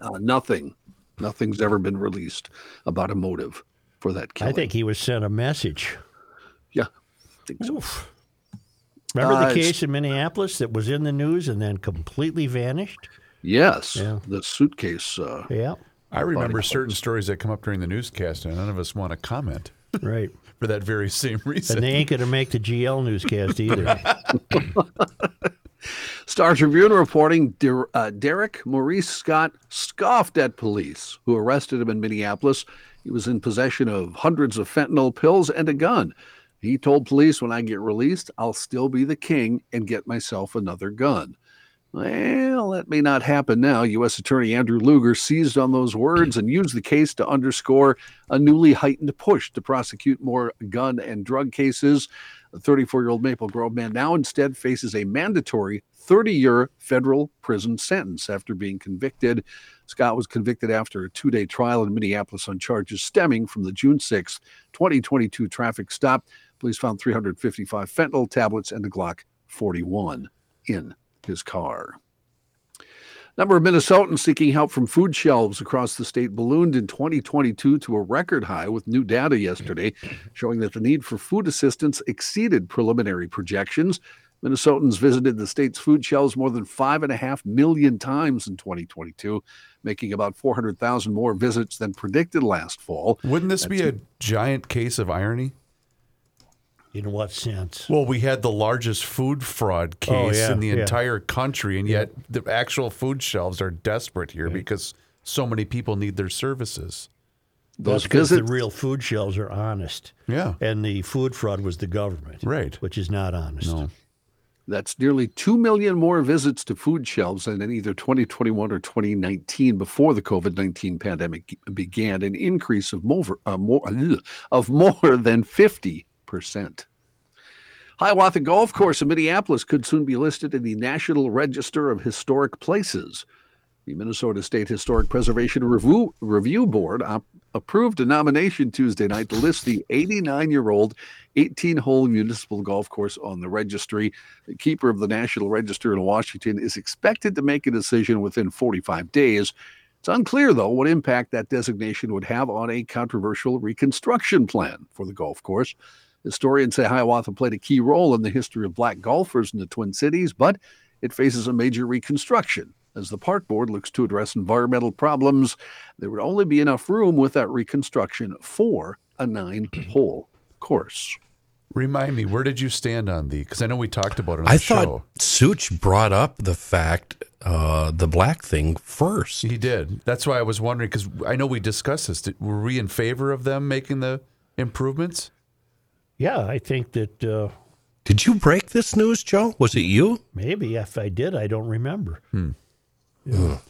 Speaker 3: Uh, nothing. Nothing's ever been released about a motive for that
Speaker 1: I
Speaker 3: killing.
Speaker 1: think he was sent a message.
Speaker 3: Yeah.
Speaker 1: Remember
Speaker 3: Uh,
Speaker 1: the
Speaker 3: it's-
Speaker 1: case in Minneapolis that was in the news and then completely vanished?
Speaker 3: Yes, the suitcase. Uh,
Speaker 1: yeah.
Speaker 6: I remember
Speaker 3: body
Speaker 6: certain stories that come up during the newscast, and none of us want to comment.
Speaker 1: Right.
Speaker 6: For that very same reason.
Speaker 1: And they ain't going to make the GL newscast either.
Speaker 3: Star Tribune reporting Der- uh, Derek Maurice Scott scoffed at police who arrested him in Minneapolis. He was in possession of hundreds of fentanyl pills and a gun. He told police, When I get released, I'll still be the king and get myself another gun. Well, that may not happen now. U.S. Attorney Andrew Luger seized on those words and used the case to underscore a newly heightened push to prosecute more gun and drug cases. The 34 year old Maple Grove man now instead faces a mandatory 30 year federal prison sentence after being convicted. Scott was convicted after a two day trial in Minneapolis on charges stemming from the June 6, 2022 traffic stop. Police found 355 fentanyl tablets and a Glock 41 in his car. Number of Minnesotans seeking help from food shelves across the state ballooned in 2022 to a record high with new data yesterday showing that the need for food assistance exceeded preliminary projections. Minnesotans visited the state's food shelves more than five and a half million times in 2022, making about 400,000 more visits than predicted last fall.
Speaker 6: Wouldn't this be a giant case of irony?
Speaker 1: In what sense?
Speaker 6: Well, we had the largest food fraud case
Speaker 1: Oh, yeah,
Speaker 6: in the
Speaker 1: yeah.
Speaker 6: entire country, and yet the actual food shelves are desperate here because so many people need their services.
Speaker 1: Those because the real food shelves are honest.
Speaker 6: Yeah.
Speaker 1: And the food fraud was the government.
Speaker 6: Right.
Speaker 1: Which is not honest. No.
Speaker 3: That's nearly 2 million more visits to food shelves than in either 2021 or 2019 before the COVID 19 pandemic began, an increase of more, uh, more, ugh, [laughs] of more than 50%. Hiawatha Golf Course in Minneapolis could soon be listed in the National Register of Historic Places. The Minnesota State Historic Preservation Review, Review Board op- approved a nomination Tuesday night to list the 89 year old 18 hole municipal golf course on the registry. The keeper of the National Register in Washington is expected to make a decision within 45 days. It's unclear, though, what impact that designation would have on a controversial reconstruction plan for the golf course. Historians say Hiawatha played a key role in the history of black golfers in the Twin Cities, but it faces a major reconstruction as the park board looks to address environmental problems. There would only be enough room with that reconstruction for a nine hole course.
Speaker 6: Remind me, where did you stand on the? Because I know we talked about it on
Speaker 4: I
Speaker 6: the
Speaker 4: thought
Speaker 6: show.
Speaker 4: Such brought up the fact uh, the black thing first.
Speaker 6: He did. That's why I was wondering because I know we discussed this. Did, were we in favor of them making the improvements?
Speaker 1: Yeah, I think that uh,
Speaker 4: Did you break this news, Joe? Was it [laughs] you?
Speaker 1: maybe if I did, I don't remember. But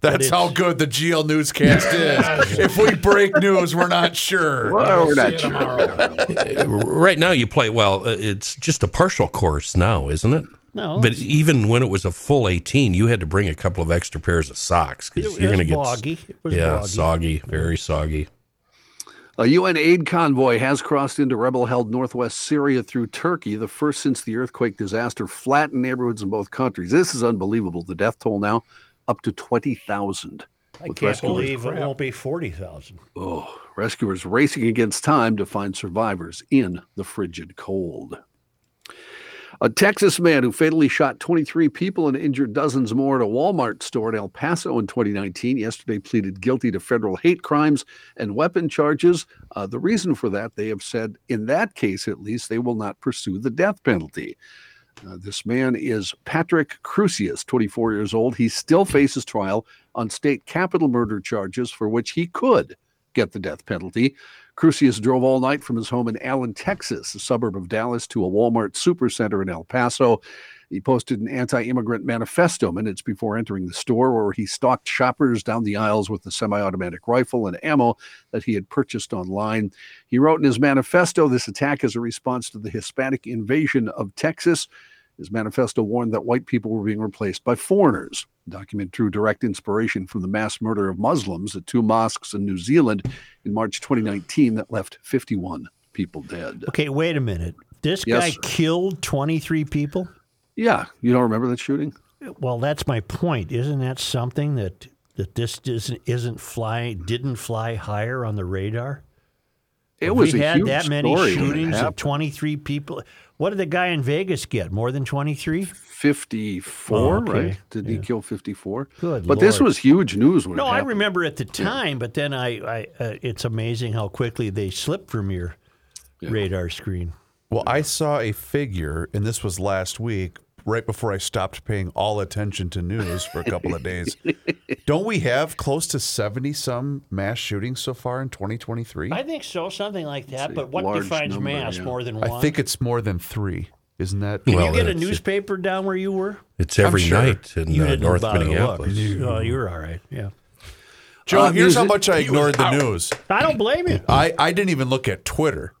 Speaker 6: That's
Speaker 1: it's-
Speaker 6: how good the GL newscast
Speaker 1: [laughs]
Speaker 6: is. if we break news, we're not sure.
Speaker 3: Well, we're not sure.
Speaker 4: right now you play well uh, it's just a partial course now isn't it
Speaker 1: No,
Speaker 4: but even when it was a full 18 you had to bring a couple of extra pairs of socks because
Speaker 1: It
Speaker 4: you're
Speaker 1: was
Speaker 4: going to get
Speaker 1: boggy. It was
Speaker 4: yeah
Speaker 1: boggy.
Speaker 4: soggy very soggy
Speaker 3: A UN aid convoy has crossed into rebel held northwest Syria through Turkey, the first since the earthquake disaster flattened neighborhoods in both countries. This is unbelievable. The death toll now up to 20,000.
Speaker 1: I
Speaker 3: with
Speaker 1: can't
Speaker 3: rescuers-
Speaker 1: believe it won't be 40,000.
Speaker 3: Oh, rescuers racing against time to find survivors in the frigid cold. A Texas man who fatally shot 23 people and injured dozens more at a Walmart store in El Paso in 2019 yesterday pleaded guilty to federal hate crimes and weapon charges. Uh, the reason for that, they have said, in that case at least, they will not pursue the death penalty. Uh, this man is Patrick Crucius, 24 years old. He still faces trial on state capital murder charges for which he could get the death penalty. Crucius drove all night from his home in Allen, Texas, a suburb of Dallas, to a Walmart supercenter in El Paso. He posted an anti immigrant manifesto minutes before entering the store, where he stalked shoppers down the aisles with a semi automatic rifle and ammo that he had purchased online. He wrote in his manifesto this attack is a response to the Hispanic invasion of Texas. His manifesto warned that white people were being replaced by foreigners. The document drew direct inspiration from the mass murder of Muslims at two mosques in New Zealand in March 2019 that left 51 people dead.
Speaker 1: Okay, wait a minute. This
Speaker 3: Yes,
Speaker 1: guy
Speaker 3: sir.
Speaker 1: killed 23 people?
Speaker 3: Yeah, you don't remember that shooting?
Speaker 1: Well, that's my point. Isn't that something that that this isn't isn't fly didn't fly higher on the radar?
Speaker 3: It
Speaker 1: If
Speaker 3: was
Speaker 1: we
Speaker 3: a
Speaker 1: had
Speaker 3: huge
Speaker 1: that many
Speaker 3: story when it
Speaker 1: shootings of
Speaker 3: happened.
Speaker 1: 23 people. What did the guy in Vegas get? More than 23?
Speaker 3: 54,
Speaker 1: Oh, okay.
Speaker 3: right? Did he kill 54?
Speaker 1: Good
Speaker 3: But this
Speaker 1: Lord.
Speaker 3: was huge news when
Speaker 1: No,
Speaker 3: it
Speaker 1: I
Speaker 3: happened.
Speaker 1: remember at the time, but then I, I uh, it's amazing how quickly they slip from your radar screen.
Speaker 6: Well, I saw a figure, and this was last week, right before I stopped paying all attention to news for a couple
Speaker 1: [laughs]
Speaker 6: of days. Don't we have close to 70 some mass shootings so far in 2023?
Speaker 1: I think so, something like that. But what
Speaker 6: large
Speaker 1: defines
Speaker 6: number,
Speaker 1: mass
Speaker 6: yeah.
Speaker 1: more than one?
Speaker 6: I think it's more than three. Isn't that?
Speaker 1: Can you get a newspaper down where you were?
Speaker 4: It's
Speaker 6: I'm
Speaker 4: every
Speaker 6: sure.
Speaker 4: night in
Speaker 6: You
Speaker 4: uh,
Speaker 6: didn't
Speaker 4: North
Speaker 6: bother to
Speaker 4: Minneapolis.
Speaker 6: look.
Speaker 1: Oh, you were all right. Yeah.
Speaker 6: Joe,
Speaker 1: Uh,
Speaker 6: here's how
Speaker 1: music-
Speaker 6: much
Speaker 1: he
Speaker 6: I
Speaker 1: was
Speaker 6: ignored the
Speaker 1: out.
Speaker 6: news.
Speaker 1: I don't blame you.
Speaker 6: I, I didn't even look at Twitter.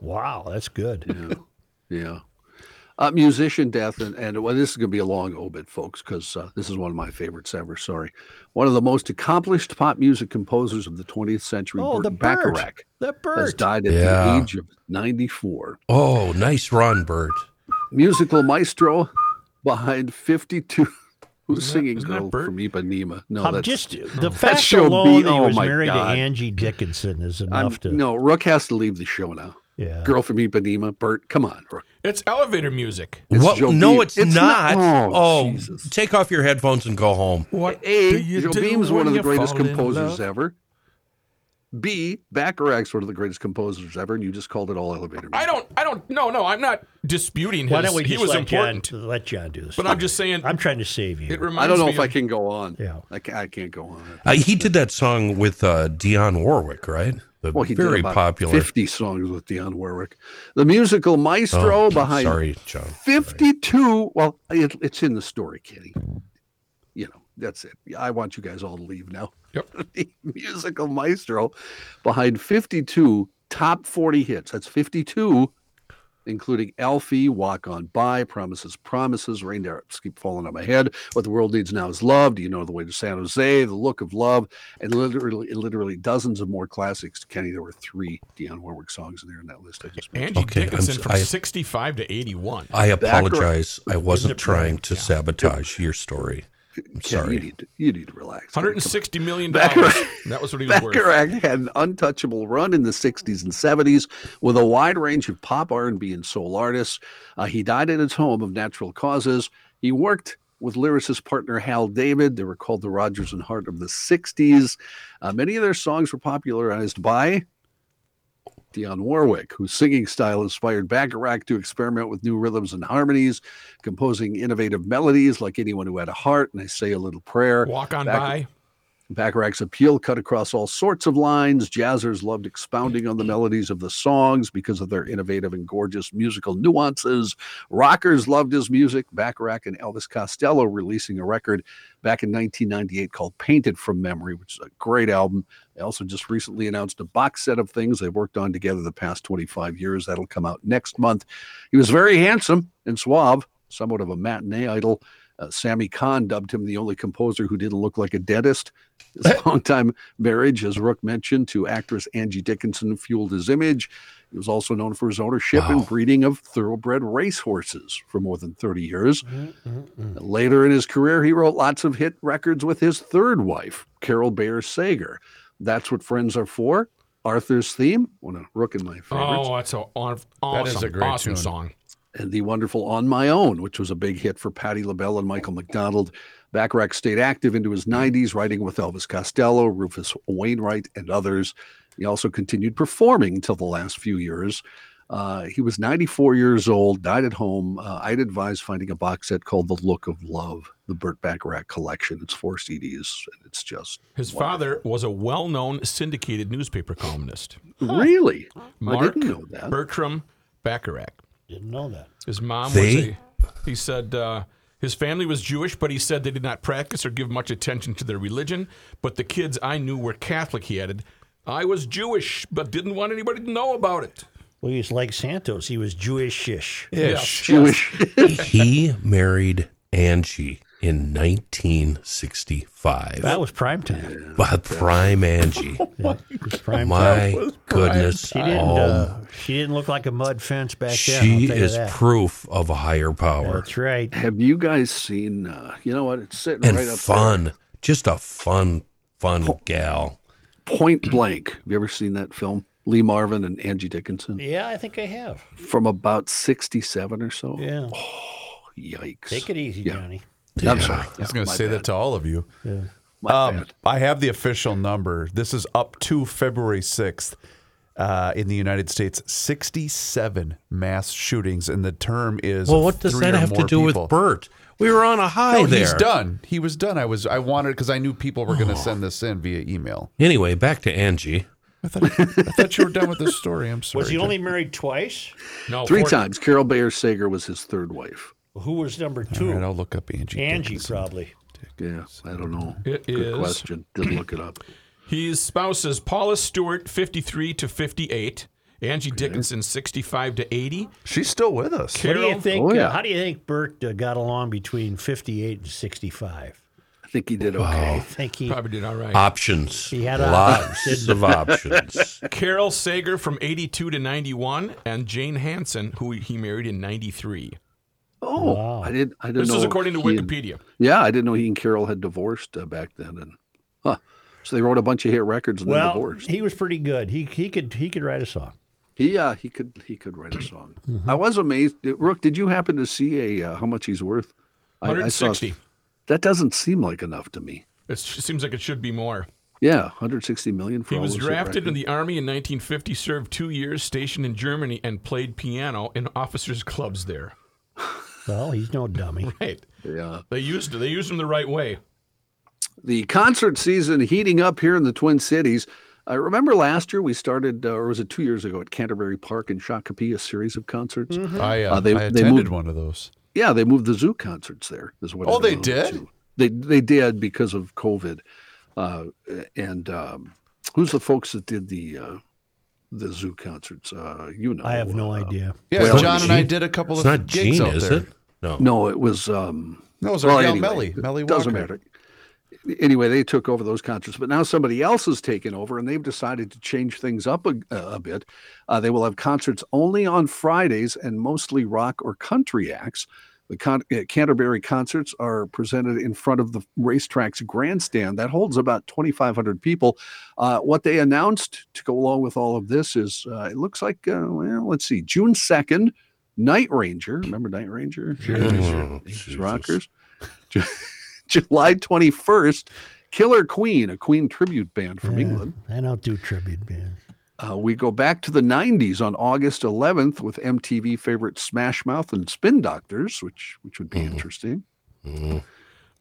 Speaker 1: Wow, that's good.
Speaker 3: Yeah. Uh, musician death, and, and well, this is going to be a long obit, folks, because uh, this is one of my favorites ever. Sorry. One of the most accomplished pop music composers of the 20th century,
Speaker 1: Oh, the
Speaker 3: Burton
Speaker 1: bird.
Speaker 3: Bacharach,
Speaker 1: The
Speaker 3: has
Speaker 1: bird.
Speaker 3: died at
Speaker 4: Yeah.
Speaker 3: the age of 94.
Speaker 4: Oh, nice run, Bert.
Speaker 3: Musical maestro behind [laughs] 52. Who's singing
Speaker 1: isn't that
Speaker 3: girl
Speaker 1: Bert?
Speaker 3: from Ipanema? No,
Speaker 1: I'm
Speaker 3: that's
Speaker 1: just the
Speaker 3: that
Speaker 1: fact
Speaker 3: show
Speaker 1: alone
Speaker 3: be-
Speaker 1: that he
Speaker 3: oh
Speaker 1: was
Speaker 3: my
Speaker 1: married
Speaker 3: God.
Speaker 1: to Angie Dickinson is
Speaker 3: I'm-
Speaker 1: enough to.
Speaker 3: No, Rook has to leave the show now.
Speaker 1: Yeah.
Speaker 3: Girl from Ipanema, Bert, come on, Rook.
Speaker 5: It's elevator music.
Speaker 3: It's
Speaker 4: What?
Speaker 3: Joe
Speaker 4: no,
Speaker 3: Beam.
Speaker 4: it's,
Speaker 3: It's
Speaker 4: not.
Speaker 3: not-
Speaker 4: Oh, take off your headphones and go home.
Speaker 5: What
Speaker 3: A,
Speaker 5: do you
Speaker 3: Joe
Speaker 5: do
Speaker 3: Beam's one
Speaker 5: when
Speaker 3: of the
Speaker 5: you
Speaker 3: greatest
Speaker 5: fall in
Speaker 3: composers
Speaker 5: love?
Speaker 3: ever. B, Bacharach's one of the greatest composers ever, and you just called it all elevator music.
Speaker 5: I don't. I don't. No, no. I'm not disputing his.
Speaker 1: Why don't we
Speaker 5: he
Speaker 1: just
Speaker 5: was
Speaker 1: let,
Speaker 5: important.
Speaker 1: John, let John do this?
Speaker 5: But I'm just saying.
Speaker 1: I'm trying to save you.
Speaker 5: It reminds
Speaker 3: I don't know
Speaker 5: me
Speaker 3: if
Speaker 5: of-
Speaker 3: I can go on.
Speaker 1: Yeah.
Speaker 3: I, ca- I can't go on.
Speaker 4: Uh, he did that song with uh, Dionne Warwick, right? The
Speaker 3: Well, he
Speaker 4: very
Speaker 3: did about
Speaker 4: popular.
Speaker 3: 50 songs with Dionne Warwick. The musical maestro
Speaker 4: Oh,
Speaker 3: behind
Speaker 4: Sorry, John.
Speaker 3: 52. Well, it, it's in the story, Kenny. You know, that's it. I want you guys all to leave now. Yep. [laughs] the musical maestro behind 52 top 40 hits. That's 52, including Alfie, Walk On By, Promises, Promises, Reindeer Keep Falling on My Head, What the World Needs Now is Love, Do You Know the Way to San Jose, The Look of Love, and literally literally dozens of more classics. Kenny, there were three Dionne Warwick songs in there in that list. I just mentioned.
Speaker 5: Angie
Speaker 4: Okay, I'm
Speaker 5: Dickinson
Speaker 4: s-
Speaker 5: from
Speaker 4: I-
Speaker 5: 65 to 81.
Speaker 4: I
Speaker 3: Back or-
Speaker 4: apologize. I wasn't
Speaker 5: Is it right?
Speaker 4: trying to sabotage
Speaker 6: [laughs]
Speaker 4: your story. I'm
Speaker 3: Ken, You
Speaker 4: sorry.
Speaker 3: need, to, you need to relax.
Speaker 5: 160 million dollars.
Speaker 3: Bacharach-
Speaker 5: That was what he was worth.
Speaker 3: Bacharach had an untouchable run in the 60s and 70s with a wide range of pop, R&B, and soul artists. Uh, he died at his home of natural causes. He worked with lyricist partner Hal David. They were called the Rogers and Hart of the 60s. Uh, many of their songs were popularized by Dionne Warwick, whose singing style inspired Bacharach to experiment with new rhythms and harmonies, composing innovative melodies like Anyone Who Had a Heart and I Say a Little Prayer.
Speaker 5: Walk on
Speaker 3: Bac-
Speaker 5: by.
Speaker 3: Bacharach's appeal cut across all sorts of lines. Jazzers loved expounding on the melodies of the songs because of their innovative and gorgeous musical nuances. Rockers loved his music. Bacharach and Elvis Costello releasing a record back in 1998 called Painted from Memory, which is a great album. They also just recently announced a box set of things they've worked on together the past 25 years. That'll come out next month. He was very handsome and suave, somewhat of a matinee idol. Uh, Sammy Kahn dubbed him the only composer who didn't look like a dentist. His longtime marriage, as Rook mentioned, to actress Angie Dickinson fueled his image. He was also known for his ownership and breeding of thoroughbred racehorses for more than 30 years. Later in his career, he wrote lots of hit records with his third wife, Carol Bayer Sager. That's what friends are for. Arthur's theme, one of Rook and my favorites
Speaker 5: Oh, that's an awesome,
Speaker 6: That is a great
Speaker 5: awesome
Speaker 6: tune.
Speaker 5: song.
Speaker 3: and the wonderful On My Own, which was a big hit for Patti LaBelle and Michael McDonald. Bacharach stayed active into his 90s, writing with Elvis Costello, Rufus Wainwright, and others. He also continued performing until the last few years. Uh, he was 94 years old, died at home. Uh, I'd advise finding a box set called The Look of Love, the Burt Bacharach collection. It's four CDs, and it's just
Speaker 5: His father was a well-known syndicated newspaper columnist.
Speaker 3: really. I
Speaker 5: Mark
Speaker 3: didn't know that.
Speaker 5: Bertram Bacharach.
Speaker 1: Didn't know that.
Speaker 5: His mom was
Speaker 4: They-
Speaker 5: a. He said uh, his family was Jewish, but he said they did not practice or give much attention to their religion. But the kids I knew were Catholic. He added, "I was Jewish, but didn't want anybody to know about it."
Speaker 1: Well, he's like Santos. He was Jewishish.
Speaker 5: Ish.
Speaker 3: Jewish. [laughs]
Speaker 4: he married Angie in 1965.
Speaker 1: That was prime time.
Speaker 4: But prime Angie.
Speaker 1: It was prime
Speaker 4: My
Speaker 1: time.
Speaker 4: goodness.
Speaker 1: She didn't.
Speaker 4: oh,
Speaker 1: Uh, she didn't look like a mud fence back then. I'll
Speaker 4: she
Speaker 1: tell you
Speaker 4: is
Speaker 1: that.
Speaker 4: proof of a higher power
Speaker 1: That's right.
Speaker 3: Have you guys seen, uh, you know what? It's sitting
Speaker 4: and
Speaker 3: right up there.
Speaker 4: fun. Just a fun, fun gal.
Speaker 3: Point Blank. Have you ever seen that film? Lee Marvin and Angie Dickinson
Speaker 1: Yeah, I think I have.
Speaker 3: from about 67 or so. Oh,
Speaker 1: Yeah.
Speaker 3: Yikes.
Speaker 1: Take it easy,
Speaker 3: Yeah.
Speaker 1: Johnny.
Speaker 3: I'm
Speaker 6: Yeah,
Speaker 3: sorry.
Speaker 6: I was going to
Speaker 3: My
Speaker 6: say that
Speaker 3: bad.
Speaker 6: to all of you.
Speaker 1: Yeah.
Speaker 6: Um, I have the official number. This is up to February 6th uh, in the United States 67 mass shootings, and the term is.
Speaker 4: Well, what does
Speaker 6: three
Speaker 4: that
Speaker 6: or
Speaker 4: have to
Speaker 6: more
Speaker 4: do
Speaker 6: people.
Speaker 4: with Bert? We were on a high
Speaker 6: No,
Speaker 4: there. Oh.
Speaker 6: He's done. He was done. I was. I wanted because I knew people were going to send this in via email.
Speaker 4: Anyway, back to Angie.
Speaker 6: I thought you were done with this story. I'm sorry.
Speaker 1: Was he only married twice?
Speaker 4: No,
Speaker 3: Three
Speaker 1: four-
Speaker 3: times. Carol Bayer Sager was his third wife.
Speaker 1: Who was number
Speaker 6: All
Speaker 1: two?
Speaker 6: right, I'll look up Angie.
Speaker 1: Angie, probably.
Speaker 3: Yeah, I don't know.
Speaker 5: It
Speaker 3: Good
Speaker 5: is-
Speaker 3: question. Didn't look it up.
Speaker 5: His spouse is Paula Stewart, 53 to 58. Angie Dickinson, 65 to 80.
Speaker 6: She's still with us.
Speaker 1: What do you
Speaker 5: Carol?
Speaker 1: think?
Speaker 5: Oh, yeah.
Speaker 1: uh, how do you think Bert uh, got along between 58 and 65?
Speaker 3: I think he did
Speaker 1: I
Speaker 3: okay.
Speaker 1: think he
Speaker 5: Probably did all right.
Speaker 4: Options.
Speaker 1: He had options,
Speaker 4: Lots
Speaker 1: didn't
Speaker 4: of
Speaker 1: he?
Speaker 4: options.
Speaker 1: [laughs]
Speaker 5: Carol Sager from 82 to 91, and Jane Hansen, who he married in 93.
Speaker 3: Oh, I didn't. I didn't
Speaker 5: This
Speaker 3: know.
Speaker 5: is according to
Speaker 3: he and-
Speaker 5: Wikipedia.
Speaker 3: yeah, I didn't know he and Carol had divorced uh, back then, and huh. so they wrote a bunch of hit records and then
Speaker 1: Well,
Speaker 3: divorced.
Speaker 1: he was pretty good. He he could he could write a song.
Speaker 3: He uh, he could he could write a song. I was amazed. Rook, did you happen to see a uh, how much he's worth? I, I saw-
Speaker 5: 160.
Speaker 3: that doesn't seem like enough to me.
Speaker 5: It s- seems like it should be more.
Speaker 3: Yeah, 160 million for
Speaker 5: He
Speaker 3: all
Speaker 5: was
Speaker 3: those hit
Speaker 5: drafted in
Speaker 3: records.
Speaker 5: the Army in 1950, served two years stationed in Germany, and played piano in officers' clubs there.
Speaker 1: Well, he's no dummy.
Speaker 5: Right.
Speaker 3: Yeah.
Speaker 5: They used they used him the right way.
Speaker 3: the concert season heating up here in the Twin Cities. I remember last year we started, uh, or was it two years ago, at Canterbury Park in Shakopee, a series of concerts.
Speaker 1: Mm-hmm.
Speaker 6: I, uh,
Speaker 3: Uh, they-
Speaker 6: I
Speaker 3: they
Speaker 6: attended
Speaker 3: moved-
Speaker 6: one of those.
Speaker 3: Yeah, they moved the zoo concerts there. Is what? I
Speaker 6: Oh, they
Speaker 3: remember,
Speaker 6: did?
Speaker 3: too. They they did because of COVID. Uh, and um, who's the folks that did the uh, the zoo concerts? Uh, you know,
Speaker 1: I have no
Speaker 3: uh,
Speaker 1: idea.
Speaker 6: Yeah,
Speaker 3: Well,
Speaker 6: John and I
Speaker 4: Gene-
Speaker 6: did a couple
Speaker 4: It's
Speaker 6: of
Speaker 4: not
Speaker 6: gigs
Speaker 4: Gene,
Speaker 6: out
Speaker 4: is
Speaker 6: there.
Speaker 4: it? No.
Speaker 3: No, it was. Um,
Speaker 6: No, it was
Speaker 3: well,
Speaker 6: our gal
Speaker 3: anyway,
Speaker 6: Melly, Melly
Speaker 3: Doesn't
Speaker 6: Walker.
Speaker 3: matter. Anyway, they took over those concerts, but now somebody else has taken over, and they've decided to change things up a, a bit. Uh, they will have concerts only on Fridays and mostly rock or country acts. The Con- uh, Canterbury concerts are presented in front of the racetrack's grandstand that holds about 2,500 people. Uh, what they announced to go along with all of this is uh, it looks like, uh, well, let's see, June 2nd, Night Ranger. Remember Night Ranger?
Speaker 4: Oh,
Speaker 3: These
Speaker 4: Jesus.
Speaker 3: Rockers. [laughs] Ju- July 21st, Killer Queen, a Queen tribute band from
Speaker 1: Yeah,
Speaker 3: England.
Speaker 1: I don't do tribute band.
Speaker 3: Uh, we go back to the 90s on August 11th with MTV favorite Smash Mouth and Spin Doctors, which which would
Speaker 4: Mm-hmm.
Speaker 3: be interesting.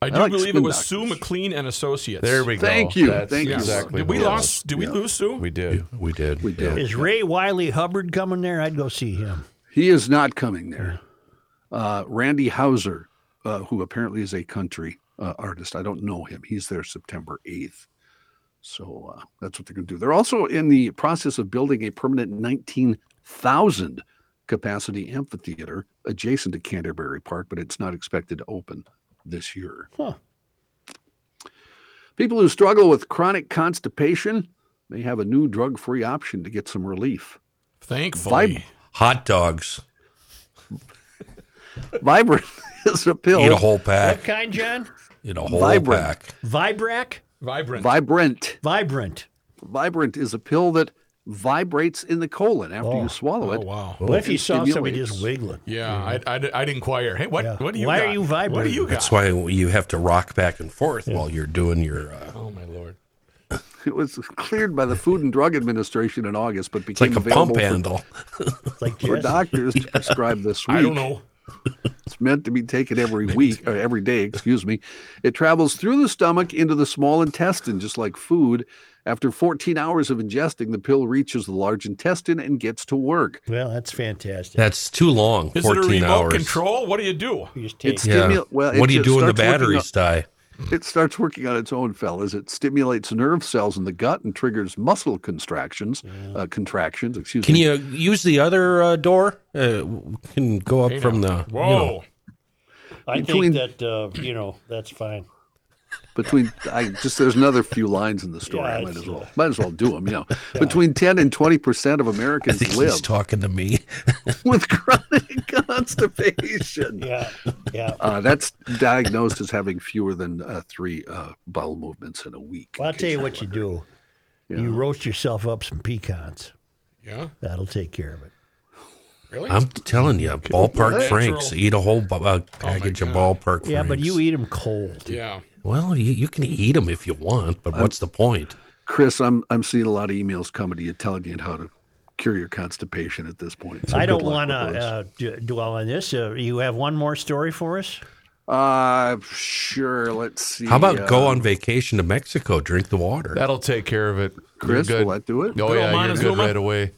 Speaker 5: I do
Speaker 3: like
Speaker 5: believe it
Speaker 3: spin
Speaker 5: was
Speaker 3: doctors.
Speaker 5: Sue McLean and Associates.
Speaker 6: There we go.
Speaker 3: Thank you.
Speaker 6: That's
Speaker 3: Thank you.
Speaker 6: exactly
Speaker 5: Did we
Speaker 6: what it
Speaker 5: lost? Did we lose Sue?
Speaker 6: was. We did.
Speaker 4: We did.
Speaker 3: We did.
Speaker 1: Is Ray Wiley Hubbard coming there? I'd go see him.
Speaker 3: He is not coming there. Uh, Randy Hauser, uh, who apparently is a country uh, artist, I don't know him. He's there September 8th. So uh, that's what they're going to do. They're also in the process of building a permanent 19,000 capacity amphitheater adjacent to Canterbury Park, but it's not expected to open this year.
Speaker 1: Huh.
Speaker 3: People who struggle with chronic constipation may have a new drug free option to get some relief.
Speaker 5: Thankfully.
Speaker 3: Vib-
Speaker 4: Hot dogs.
Speaker 3: Vibrant [laughs] is a pill.
Speaker 4: Eat a whole
Speaker 1: What
Speaker 4: pack.
Speaker 1: kind, John?
Speaker 4: Eat a whole
Speaker 3: Vibrant.
Speaker 4: pack.
Speaker 1: Vibrac?
Speaker 5: Vibrant.
Speaker 3: Vibrant.
Speaker 1: Vibrant.
Speaker 3: Vibrant is a pill that vibrates in the colon after
Speaker 1: Oh.
Speaker 3: you swallow it.
Speaker 5: oh wow.
Speaker 1: What if you saw somebody
Speaker 3: stimulates.
Speaker 1: just wiggling?
Speaker 5: Yeah, I'd, I'd, I'd inquire. Hey, what?
Speaker 1: Yeah.
Speaker 5: What do you?
Speaker 1: Why
Speaker 5: got?
Speaker 1: are you
Speaker 5: What do
Speaker 1: vibrating?
Speaker 5: you got?
Speaker 4: That's why you have to rock back and forth while you're doing your. Uh,
Speaker 5: oh my lord.
Speaker 3: [laughs] It was cleared by the Food and Drug Administration in August, but
Speaker 4: it's like
Speaker 3: became
Speaker 4: a pump
Speaker 3: available
Speaker 4: handle.
Speaker 1: It's Like
Speaker 3: for, for
Speaker 1: Jess.
Speaker 3: doctors
Speaker 4: [laughs]
Speaker 3: to prescribe this week.
Speaker 5: I don't know.
Speaker 3: [laughs] It's meant to be taken every week or every day, excuse me. It travels through the stomach into the small intestine, just like food. After 14 hours of ingesting, the pill reaches the large intestine and gets to work.
Speaker 1: Well, that's fantastic.
Speaker 4: That's too long.
Speaker 5: Is it a
Speaker 4: 14
Speaker 5: remote
Speaker 4: hours.
Speaker 5: control? What do you do?
Speaker 1: You just take
Speaker 3: It's
Speaker 4: Yeah.
Speaker 3: stimu- well, it
Speaker 4: what do you
Speaker 3: just
Speaker 4: do when the
Speaker 3: starts working on-
Speaker 4: batteries die?
Speaker 3: It starts working on its own, fellas. It stimulates nerve cells in the gut and triggers muscle contractions. Uh, contractions, excuse
Speaker 4: Can
Speaker 3: me.
Speaker 4: you use the other uh, door? Uh, can go up
Speaker 5: Hey,
Speaker 4: from
Speaker 5: now.
Speaker 4: the. you
Speaker 5: Whoa.
Speaker 4: know.
Speaker 1: I think
Speaker 3: between-
Speaker 1: that uh, you know that's fine.
Speaker 3: Between, I just there's another few lines in the story.
Speaker 1: Yeah,
Speaker 3: I might
Speaker 1: it's,
Speaker 3: as well, might as well do them. You know, between 10 and 20 percent of
Speaker 4: I
Speaker 3: Americans
Speaker 4: think he's
Speaker 3: live
Speaker 4: talking to me.
Speaker 3: [laughs] with chronic [laughs] constipation.
Speaker 1: Yeah, yeah.
Speaker 3: Uh, that's diagnosed as having fewer than uh, three uh, bowel movements in a week.
Speaker 1: Well, I'll
Speaker 3: in
Speaker 1: tell you
Speaker 3: case
Speaker 1: what you do.
Speaker 3: Yeah.
Speaker 1: You roast yourself up some pecans.
Speaker 5: Yeah.
Speaker 1: That'll take care of it.
Speaker 5: Really?
Speaker 4: I'm telling you, ballpark
Speaker 1: Natural.
Speaker 4: franks. Eat a whole bu- uh, package of ballpark
Speaker 1: Yeah,
Speaker 4: franks.
Speaker 1: but you eat them cold.
Speaker 5: Yeah.
Speaker 4: Well, you, you can eat them if you want, but
Speaker 3: I'm-
Speaker 4: what's the point?
Speaker 3: Chris, I'm I'm seeing a lot of emails coming to you telling you how to cure your constipation at this point. So
Speaker 1: I
Speaker 3: good
Speaker 1: don't
Speaker 3: luck
Speaker 1: want to
Speaker 3: with those.
Speaker 1: uh, d- dwell on this. Uh, you have one more story for us?
Speaker 3: Uh, sure. Let's see.
Speaker 4: How about go
Speaker 3: uh,
Speaker 4: on vacation to Mexico, drink
Speaker 3: [laughs]
Speaker 4: the water?
Speaker 6: That'll take care of it.
Speaker 3: Chris,
Speaker 6: You're good.
Speaker 3: will that do it?
Speaker 6: Oh, yeah, you're good right away.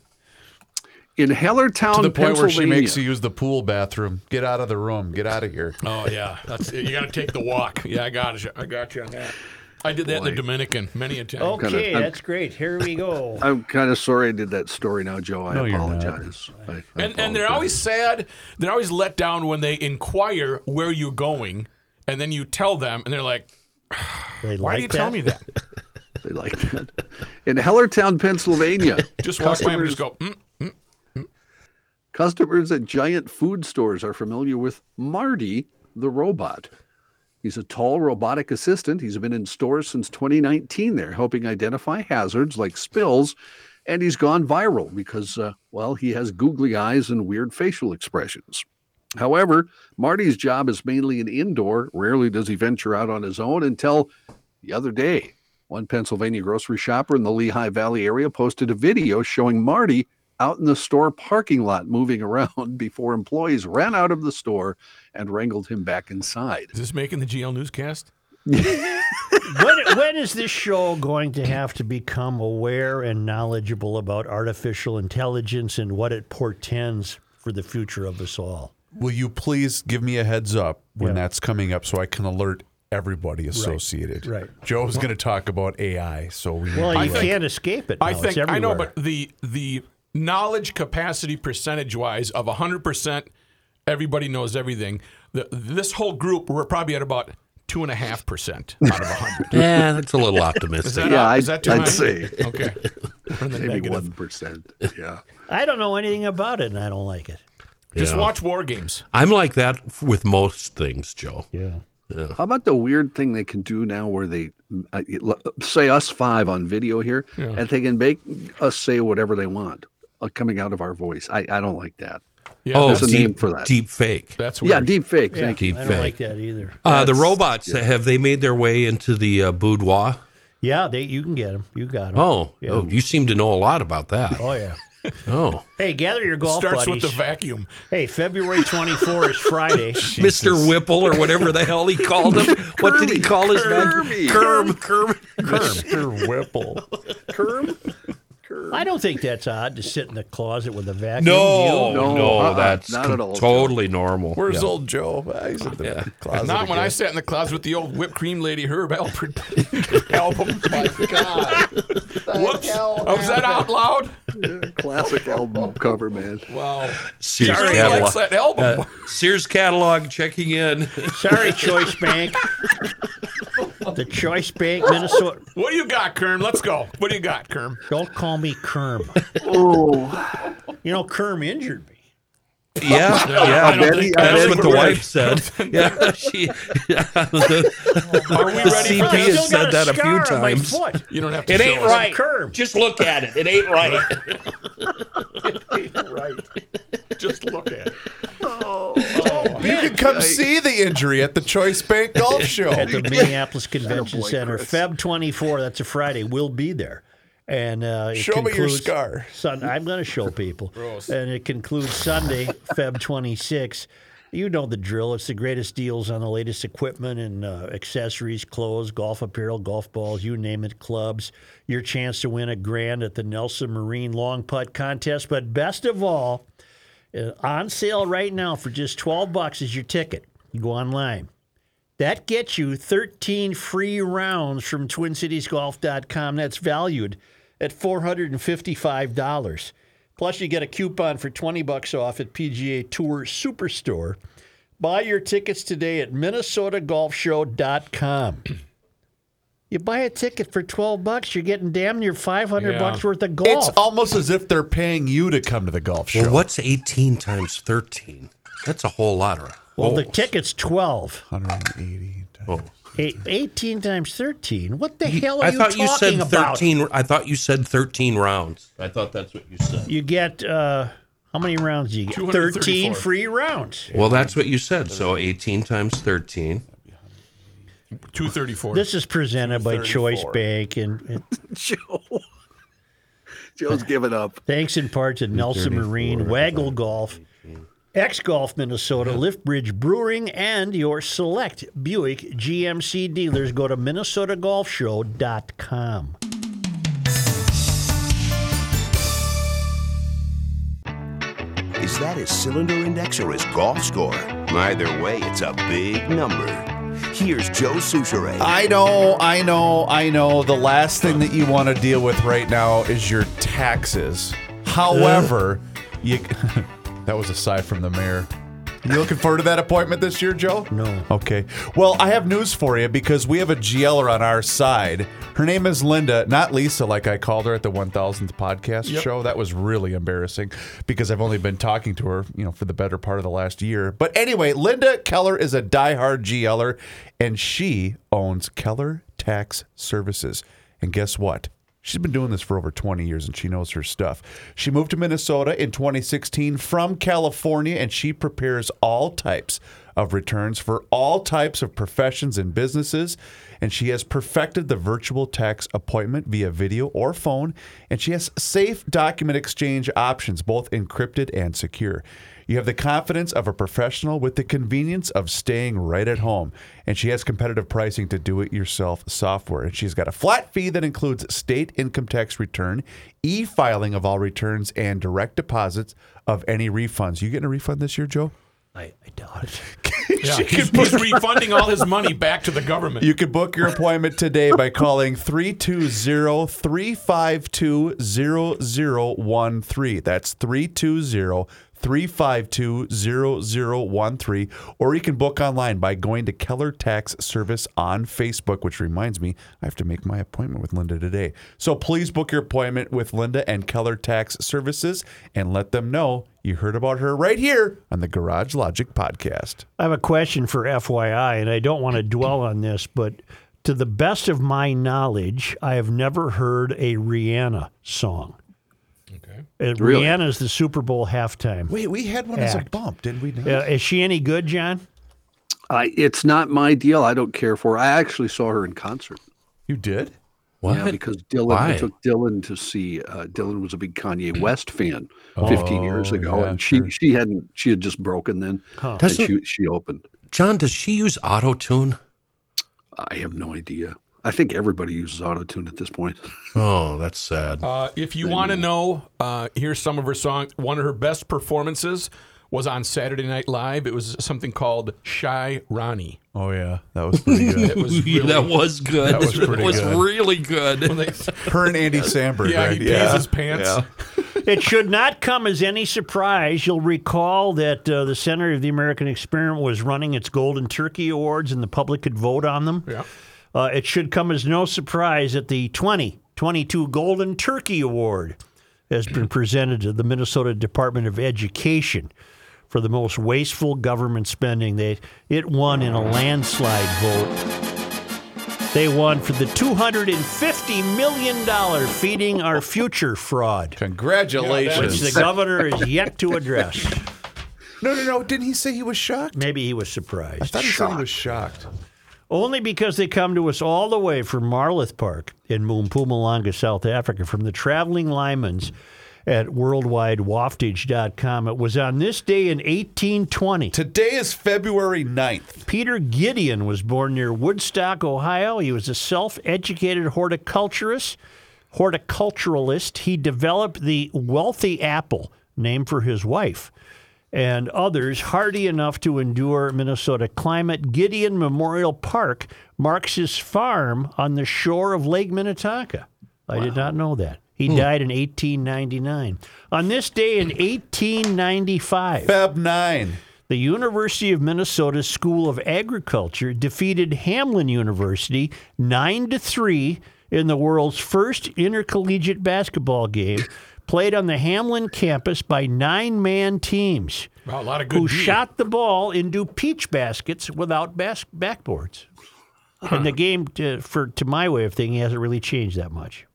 Speaker 3: In Hellertown,
Speaker 6: to the point where she makes you
Speaker 3: Pennsylvania.
Speaker 6: use the pool bathroom. Get out of the room. Get out of here.
Speaker 5: Oh yeah, that's it. you got to take the walk. [laughs] Yeah, I got you. I got you on that. I did that in the Dominican many a time.
Speaker 1: Okay,
Speaker 3: Kinda- I'm-
Speaker 1: that's great. Here we go.
Speaker 3: I'm kind of sorry I did that story now, Joe. I
Speaker 5: No, you're not.
Speaker 3: apologize. I, I
Speaker 5: And, and they're always sad. They're always let down when they inquire where you're going, and then you tell them, and they're like,
Speaker 1: "Why
Speaker 5: do you tell me that?"
Speaker 3: They like that. [laughs] In Hellertown,
Speaker 6: [laughs]
Speaker 3: Pennsylvania.
Speaker 5: Just walk by and just go. Mm.
Speaker 3: Customers at giant food stores are familiar with Marty the robot. He's a tall robotic assistant. He's been in stores since 2019 there, helping identify hazards like spills. And he's gone viral because, uh, well, he has googly eyes and weird facial expressions. However, Marty's job is mainly an indoor. Rarely does he venture out on his own until the other day. One Pennsylvania grocery shopper in the Lehigh Valley area posted a video showing Marty out in the store parking lot moving [laughs] around before employees ran out of the store and wrangled him back inside.
Speaker 5: Is this making the GL newscast?
Speaker 1: when, when is this show going to have to become aware and knowledgeable about artificial intelligence and what it portends for the future of us all?
Speaker 6: Will you please give me a heads up when
Speaker 1: Yeah.
Speaker 6: that's coming up so I can alert everybody associated?
Speaker 1: right.
Speaker 6: Joe's going to talk about AI, so we.
Speaker 1: Well,
Speaker 6: need
Speaker 1: you
Speaker 6: to-
Speaker 1: can't escape it.
Speaker 5: I
Speaker 1: now.
Speaker 5: think
Speaker 1: it's
Speaker 5: I know,
Speaker 1: everywhere.
Speaker 5: but the the knowledge capacity percentage wise of hundred percent, everybody knows everything. The, this whole group, we're probably at about two and a half percent out of hundred.
Speaker 4: Yeah, [laughs] that's a little
Speaker 5: Is
Speaker 4: optimistic.
Speaker 5: that,
Speaker 3: Yeah,
Speaker 5: up? is
Speaker 3: I'd-
Speaker 5: that too
Speaker 3: I'd
Speaker 5: high?
Speaker 3: say.
Speaker 5: [laughs] Okay. We're in the
Speaker 3: Maybe
Speaker 5: negative.
Speaker 3: 1%. Yeah.
Speaker 1: I don't know anything about it, and I don't like it.
Speaker 5: Just
Speaker 4: Yeah.
Speaker 5: watch war games.
Speaker 4: I'm like that f- with most things, Joe.
Speaker 1: Yeah.
Speaker 3: How about the weird thing they can do now where they uh, say us five on video here
Speaker 5: Yeah.
Speaker 3: and they can make us say whatever they want uh, coming out of our voice? I, I don't like that.
Speaker 5: Yeah,
Speaker 4: oh,
Speaker 3: There's a
Speaker 4: deep,
Speaker 3: name for that.
Speaker 4: deep fake.
Speaker 5: That's
Speaker 3: yeah,
Speaker 5: weird.
Speaker 3: deep fake.
Speaker 1: Yeah,
Speaker 3: Thank you.
Speaker 4: Deep
Speaker 1: I don't
Speaker 4: fake.
Speaker 1: like that either.
Speaker 4: Uh, the
Speaker 3: That's-
Speaker 4: robots have they made their way into the uh, boudoir?
Speaker 1: Yeah, they, you can get them. You got them.
Speaker 4: Oh,
Speaker 1: yeah.
Speaker 4: oh, you seem to know a lot about that.
Speaker 1: Oh,
Speaker 5: [laughs]
Speaker 1: yeah.
Speaker 4: Oh,
Speaker 1: Hey, gather your golf
Speaker 5: Starts
Speaker 1: buddies.
Speaker 5: with the vacuum.
Speaker 1: hey, February 24 is
Speaker 5: [laughs]
Speaker 1: Friday.
Speaker 4: Mr. Whipple or whatever the hell he
Speaker 3: [laughs]
Speaker 4: called him. what did he call his
Speaker 3: Kirby.
Speaker 4: man? Kerm, Kerm,
Speaker 6: Mr. Whipple.
Speaker 3: Kerm?
Speaker 1: I don't think that's odd to sit in the closet with a vacuum.
Speaker 4: No,
Speaker 1: You-
Speaker 4: no,
Speaker 3: No, uh-uh,
Speaker 4: that's
Speaker 3: not at all, Joe.
Speaker 4: totally normal.
Speaker 6: Where's old Joe? Ah, he's in the closet.
Speaker 5: Not when I
Speaker 6: again.
Speaker 5: sat in the closet with the old whipped cream lady Herb
Speaker 6: [laughs]
Speaker 5: Alpert album. My God. Whoops. Oh, was that out loud?
Speaker 3: Classic album cover, man.
Speaker 5: Wow.
Speaker 4: Sears
Speaker 5: Charlie likes
Speaker 4: catalog.
Speaker 5: that album.
Speaker 4: Uh, Sears catalog checking in.
Speaker 1: Sorry, Choice Bank. the Choice Bank, Minnesota.
Speaker 5: what do you got, Kerm? Let's go. What do you got, Kerm?
Speaker 1: Don't call me Kerm. Oh. You know, Kerm injured me.
Speaker 4: Yeah,
Speaker 5: [laughs]
Speaker 4: yeah.
Speaker 5: I don't
Speaker 3: bet
Speaker 5: think-
Speaker 3: he- I bet
Speaker 5: I
Speaker 4: That's
Speaker 5: don't
Speaker 3: he
Speaker 4: what
Speaker 5: think
Speaker 4: the
Speaker 5: we're-
Speaker 4: wife said.
Speaker 5: [laughs]
Speaker 4: Yeah, she. yeah, the,
Speaker 5: Are we
Speaker 4: the
Speaker 5: ready for
Speaker 4: CP
Speaker 5: this?
Speaker 4: has said that a few
Speaker 1: scar on my
Speaker 4: times.
Speaker 1: foot.
Speaker 5: You don't have to
Speaker 4: It
Speaker 5: show
Speaker 4: ain't
Speaker 5: us.
Speaker 4: right.
Speaker 1: Curb.
Speaker 4: Just look at it. It ain't right.
Speaker 5: Just look at it.
Speaker 6: You can come see the injury at the Choice Bank Golf Show.
Speaker 1: at the
Speaker 6: [laughs]
Speaker 1: Minneapolis Convention
Speaker 3: Attaboy,
Speaker 1: Center.
Speaker 3: Chris.
Speaker 1: Feb 24, that's a Friday, we'll be there. And uh, it
Speaker 6: Show me your
Speaker 1: concludes-
Speaker 6: scar.
Speaker 1: Son, I'm going to show
Speaker 6: [laughs]
Speaker 1: people. And it concludes Sunday, Feb 26. You know the drill. It's the greatest deals on the latest equipment and uh, accessories, clothes, golf apparel, golf balls, you name it, clubs. Your chance to win a grand at the Nelson Marine Long Putt Contest. But best of all, uh, on sale right now for just 12 bucks is your ticket. You go online. That gets you 13 free rounds from TwinCitiesGolf.com. That's valued at $455. Plus, you get a coupon for 20 bucks off at PGA Tour Superstore. Buy your tickets today at MinnesotaGolfShow.com. [clears throat] You buy a ticket for 12 bucks, you're getting damn near 500
Speaker 5: Yeah.
Speaker 1: bucks worth of golf.
Speaker 6: It's almost as if they're paying you to come to the golf show.
Speaker 4: Well, what's 18 times 13? That's a whole lot of.
Speaker 1: well, the ticket's 12.
Speaker 6: 180 times.
Speaker 1: Eight, 18 times 13. What the hell are
Speaker 4: I
Speaker 1: you
Speaker 4: thought
Speaker 1: talking
Speaker 4: Oh. you said
Speaker 1: about?
Speaker 4: thirteen. I thought you said thirteen rounds. I thought that's what you said.
Speaker 1: You get uh, how many rounds do you get? 13
Speaker 4: 234.
Speaker 1: free rounds.
Speaker 4: Well, that's what you said. So eighteen times thirteen.
Speaker 5: Two thirty-four.
Speaker 1: This is presented by Choice
Speaker 5: 234.
Speaker 1: Bank and, and
Speaker 3: Joe. Joe's giving up.
Speaker 1: thanks in part to Nelson
Speaker 3: 234
Speaker 1: Marine, Waggle Golf, X Golf Minnesota, Lift Bridge Brewing, and your select Buick GMC dealers. Go to minnesotagolfshow.com.
Speaker 13: Is that his cylinder index or his golf score? Either way, it's a big number. Here's Joe Souchere.
Speaker 6: I know, I know, I know. The last thing that you want to deal with right now is your taxes. However, you [laughs] that was a sigh from the mayor. You looking forward to that appointment this year, Joe?
Speaker 1: No.
Speaker 6: Okay. Well, I have news for you because we have a GLer on our side. Her name is Linda, not Lisa, like I called her at the 1000th podcast
Speaker 14: Yep.
Speaker 6: show. That was really embarrassing because I've only been talking to her, you know, for the better part of the last year. But anyway, Linda Keller is a diehard GLer, and she owns Keller Tax Services. And guess what? She's been doing this for over 20 years and she knows her stuff. She moved to Minnesota in 2016 from California and she prepares all types of returns for all types of professions and businesses. And she has perfected the virtual tax appointment via video or phone. And she has safe document exchange options, both encrypted and secure. You have the confidence of a professional with the convenience of staying right at home. And she has competitive pricing to do it yourself software. And she's got a flat fee that includes state income tax return, e filing of all returns, and direct deposits of any refunds. You getting a refund this year, Joe?
Speaker 1: I, I doubt it.
Speaker 5: Yeah, he's, he's refunding all his money back to the government.
Speaker 6: You can book your appointment today by calling 320-352-0013. That's 320-352-0013. Or you can book online by going to Keller Tax Service on Facebook, which reminds me, I have to make my appointment with Linda today. So please book your appointment with Linda and Keller Tax Services and let them know you heard about her right here on the Garage Logic podcast.
Speaker 1: I have a question for FYI, and I don't want to dwell on this, but to the best of my knowledge, I have never heard a Rihanna song. Okay.
Speaker 6: Really?
Speaker 1: Rihanna is the Super Bowl halftime.
Speaker 6: Wait, we had one as a
Speaker 1: act.
Speaker 6: bump, didn't we?
Speaker 1: Uh, is she any good, John?
Speaker 3: I, it's not my deal. I don't care for. her. I actually saw her in concert.
Speaker 6: You did?
Speaker 3: Yeah,
Speaker 6: What?
Speaker 3: because Dylan
Speaker 6: Why?
Speaker 3: I took Dylan to see. Uh, Dylan was a big
Speaker 4: [clears throat]
Speaker 3: Kanye West fan 15 years
Speaker 4: Oh,
Speaker 3: ago,
Speaker 4: yeah,
Speaker 3: and she she hadn't she had just broken then.
Speaker 4: Huh.
Speaker 3: And
Speaker 4: Doesn't-
Speaker 3: she she opened.
Speaker 4: John, does she use auto tune?
Speaker 3: I have no idea. I think everybody uses auto tune at this point.
Speaker 4: Oh, that's sad.
Speaker 5: Uh, if you want to know, uh, here's some of her songs. One of her best performances was on Saturday Night Live. It was something called Shy Ronnie.
Speaker 6: Oh yeah, that was pretty
Speaker 5: [laughs]
Speaker 6: good.
Speaker 5: It was really-
Speaker 4: that was good.
Speaker 5: That was
Speaker 4: That
Speaker 5: pretty
Speaker 4: was
Speaker 5: good.
Speaker 4: really good.
Speaker 6: Her and Andy Samberg,
Speaker 5: Yeah,
Speaker 6: right?
Speaker 5: he pees
Speaker 6: Yeah.
Speaker 5: his pants. [laughs]
Speaker 6: Yeah.
Speaker 1: it should not come as any surprise. You'll recall that uh, the Center of the American Experiment was running its Golden Turkey Awards and the public could vote on them.
Speaker 5: Yeah.
Speaker 1: Uh, it should come as no surprise that the 2022 Golden Turkey Award has been presented to the Minnesota Department of Education for the most wasteful government spending. They, it won in a landslide vote. They won for the $250 million feeding our future fraud. Which
Speaker 6: Congratulations.
Speaker 1: the governor is yet to address.
Speaker 6: No, no, no. Didn't he say he was shocked?
Speaker 1: Maybe he was surprised.
Speaker 6: I thought he said he was shocked.
Speaker 1: Only because they come to us all the way from Marloth Park in Mpumalanga, South Africa, from the traveling Lymans at worldwidewaftage.com. It was on this day in 1820.
Speaker 6: Today is February 9th.
Speaker 1: Peter Gideon was born near Woodstock, Ohio. He was a self educated horticulturist. Horticulturalist, he developed the wealthy apple, named for his wife and others hardy enough to endure Minnesota climate. Gideon Memorial Park marks his farm on the shore of Lake Minnetonka. I did not know that. He died in 1899. On this day in 1895,
Speaker 6: Feb 9,
Speaker 1: the University of Minnesota School of Agriculture defeated Hamlin University 9 to 3 in the world's first intercollegiate basketball game played on the Hamlin campus by nine-man teams
Speaker 5: Wow, a lot of good.
Speaker 1: who
Speaker 5: beer.
Speaker 1: shot the ball into peach baskets without bas- backboards. And the game, to, for to my way of thinking, hasn't really changed that much.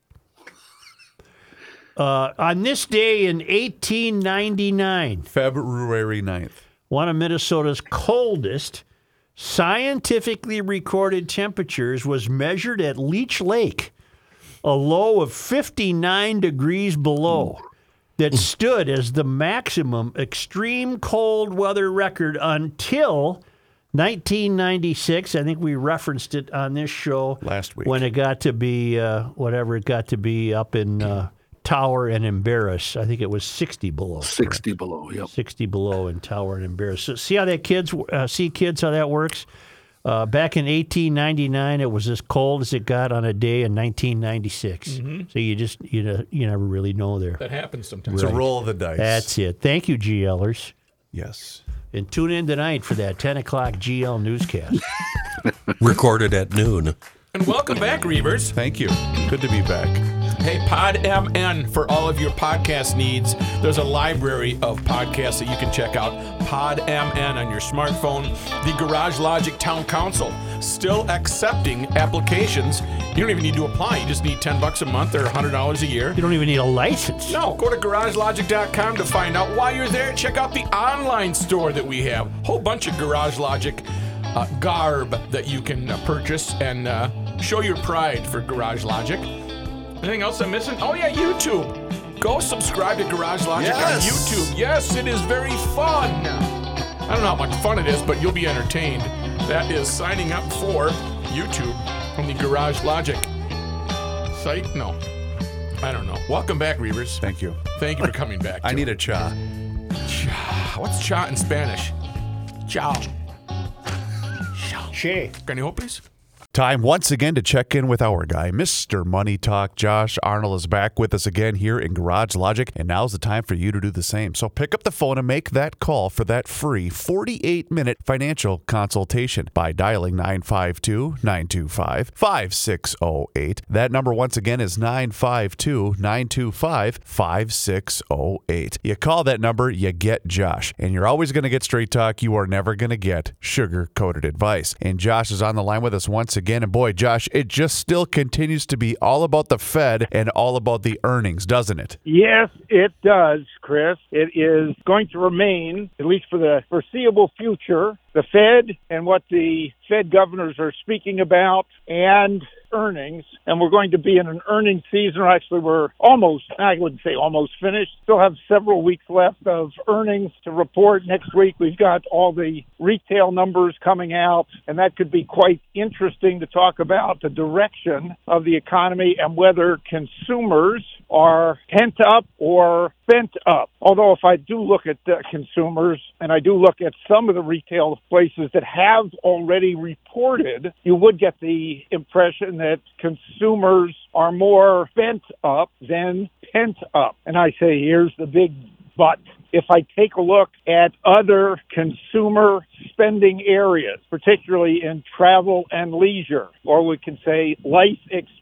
Speaker 1: Uh, on this day in 1899,
Speaker 6: February 9th,
Speaker 1: one of Minnesota's coldest scientifically recorded temperatures was measured at Leech Lake, a low of 59 degrees below, that
Speaker 6: Mm.
Speaker 1: stood as the maximum extreme cold weather record until 1996. I think we referenced it on this show
Speaker 6: last week
Speaker 1: when it got to be uh, whatever it got to be up in uh, Tower and Embarrass. I think it was 60 below.
Speaker 3: 60 below, yep.
Speaker 1: 60 below in Tower and Embarrass. So see how that kids uh, see kids how that works. Uh, back in 1899, it was as cold as it got on a day in 1996.
Speaker 5: Mhm.
Speaker 1: So you just you know you never really know there.
Speaker 5: That happens sometimes.
Speaker 6: It's a roll of the dice.
Speaker 1: That's it. Thank you, GLers.
Speaker 6: Yes.
Speaker 1: And tune in tonight for that 10 o'clock GL newscast.
Speaker 15: Recorded at noon.
Speaker 5: And welcome back, Reavers.
Speaker 6: Thank you. Good to be back.
Speaker 5: Hey, Pod MN for all of your podcast needs. There's a library of podcasts that you can check out. Pod MN on your smartphone. The Garage Logic Town Council still accepting applications. You don't even need to apply. You just need 10 bucks a month or $100 a year.
Speaker 1: you don't even need a license.
Speaker 5: No, go to garagelogic.com to find out why you're there. Check out the online store that we have. Whole bunch of Garage Logic uh, garb that you can uh, purchase and uh, show your pride for Garage Logic. Anything else I'm missing? Oh yeah, YouTube. Go subscribe to Garage Logic
Speaker 6: Yes.
Speaker 5: on YouTube. Yes, it is very fun. I don't know how much fun it is, but you'll be entertained. That is signing up for YouTube on the Garage Logic site. No, I don't know. Welcome back, Reavers.
Speaker 6: Thank you.
Speaker 5: Thank you for coming back.
Speaker 6: I need a cha.
Speaker 5: Cha. What's cha in Spanish? Chao.
Speaker 1: Che.
Speaker 5: Can you help, please?
Speaker 6: Time once again to check in with our guy, Mr. Money Talk. Josh Arnold is back with us again here in Garage Logic, and now's the time for you to do the same. So pick up the phone and make that call for that free 48 minute financial consultation by dialing 952 925 5608. That number once again is 952 925 5608. You call that number, you get Josh, and you're always going to get straight talk. You are never going to get sugar coated advice. And Josh is on the line with us once again. And boy, Josh, it just still continues to be all about the Fed and all about the earnings, doesn't it?
Speaker 4: Yes, it does, Chris. It is going to remain, at least for the foreseeable future, the Fed and what the Fed governors are speaking about and earnings. And we're going to be in an earnings season. Or actually, we're almost, I wouldn't say almost finished. Still have several weeks left of earnings to report. Next week, we've got all the retail numbers coming out, and that could be quite interesting to talk about the direction of the economy and whether consumers are pent up or bent up. Although, if I do look at uh, consumers and I do look at some of the retail places that have already reported, you would get the impression that consumers are more bent up than pent up. And I say, here's the big but. If I take a look at other consumer spending areas, particularly in travel and leisure, or we can say life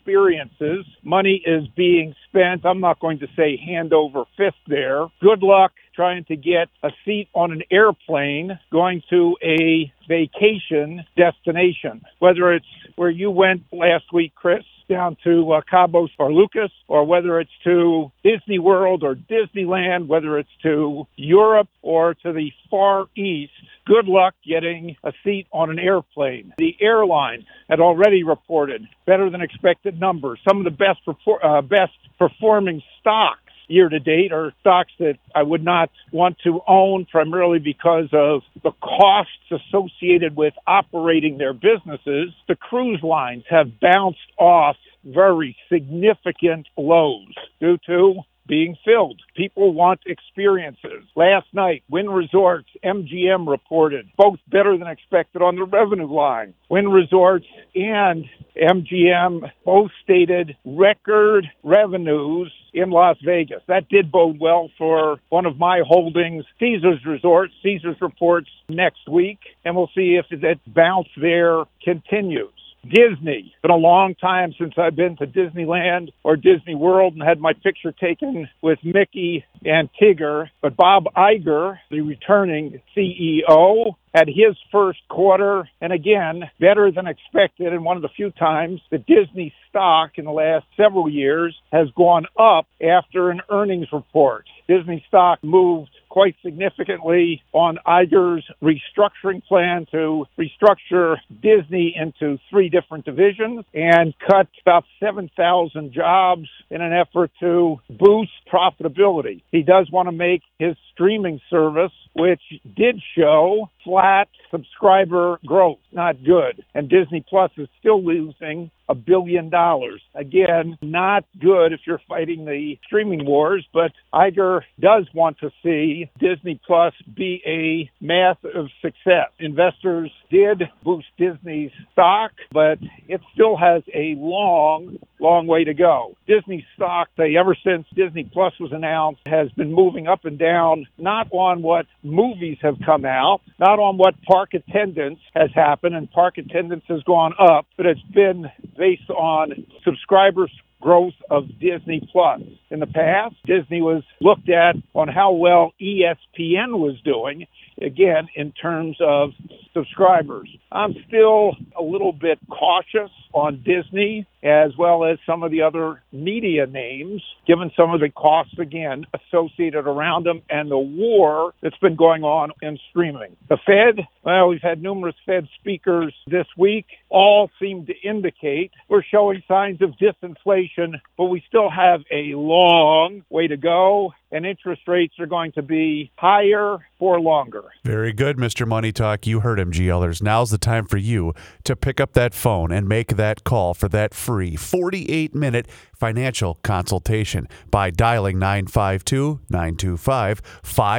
Speaker 4: experiences, money is being spent. I'm not going to say hand over fist there. Good luck trying to get a seat on an airplane going to a vacation destination, whether it's where you went last week, Chris down to uh, Cabo or Lucas, or whether it's to Disney World or Disneyland, whether it's to Europe or to the Far East, good luck getting a seat on an airplane. The airline had already reported better than expected numbers. Some of the best perfor- uh, best performing stocks year to date are stocks that I would not want to own primarily because of the costs associated with operating their businesses. The cruise lines have bounced off very significant lows due to being filled. People want experiences. Last night, Wynn Resorts, MGM reported both better than expected on the revenue line. Wynn Resorts and MGM both stated record revenues in Las Vegas. That did bode well for one of my holdings, Caesars Resort. Caesars reports next week, and we'll see if that bounce there continues.
Speaker 5: Disney. It's been a long time since I've been to Disneyland or Disney World and had my picture taken with Mickey and Tigger. But Bob Iger, the returning CEO, had his first quarter, and again, better than expected, and one of the few times the Disney stock in the last several years has gone up after an earnings report. Disney stock moved quite significantly on Iger's restructuring plan to restructure Disney into three different divisions and cut about 7,000 jobs in an effort to boost profitability. He does want to make his streaming service, which did show flat subscriber growth, not good. And Disney Plus is still losing a billion dollars. Again, not good if you're fighting the streaming wars, but Iger does want to see Disney Plus be a massive success. Investors did boost Disney's stock, but it still has a long, long way to go. Disney stock, they ever since Disney Plus was announced, has been moving up and down, not on what movies have come out, not on what park attendance has happened, and park attendance has gone up, but it's been based on subscribers growth of Disney Plus. In the past, Disney was looked at on how well E ESPN was doing, again, in terms of subscribers. I'm still a little bit cautious on Disney as well as some of the other media names, given some of the costs, again, associated around them and the war that's been going on in streaming. The Fed, well, we've had numerous Fed speakers this week. All seem to indicate we're showing signs of disinflation, but we still have a long way to go, and interest rates are going to be higher for longer.
Speaker 6: Very good, Mr. Money Talk. You heard him, GLers. Now's the time for you to pick up that phone and make that call for that free 48 minute financial consultation by dialing 952 925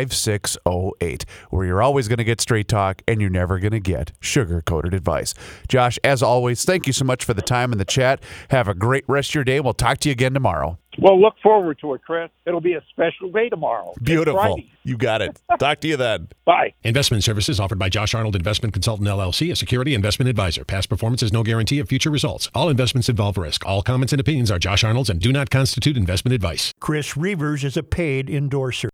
Speaker 6: 5608, where you're always going to get straight talk and you're never going to get sugar coated advice. Josh, as always, thank you so much for the time and the chat. Have a great rest of your day. We'll talk to you again tomorrow.
Speaker 5: Well, look forward to it, Chris. It'll be a special day tomorrow. It's
Speaker 6: Beautiful.
Speaker 5: Friday.
Speaker 6: You got it. Talk to you then.
Speaker 5: Bye.
Speaker 8: Investment services offered by Josh Arnold Investment Consultant LLC, a security investment advisor. Past performance is no guarantee of future results. All investments involve risk. All comments and opinions are Josh Arnold's and do not constitute investment advice.
Speaker 16: Chris Reavers is a paid endorser.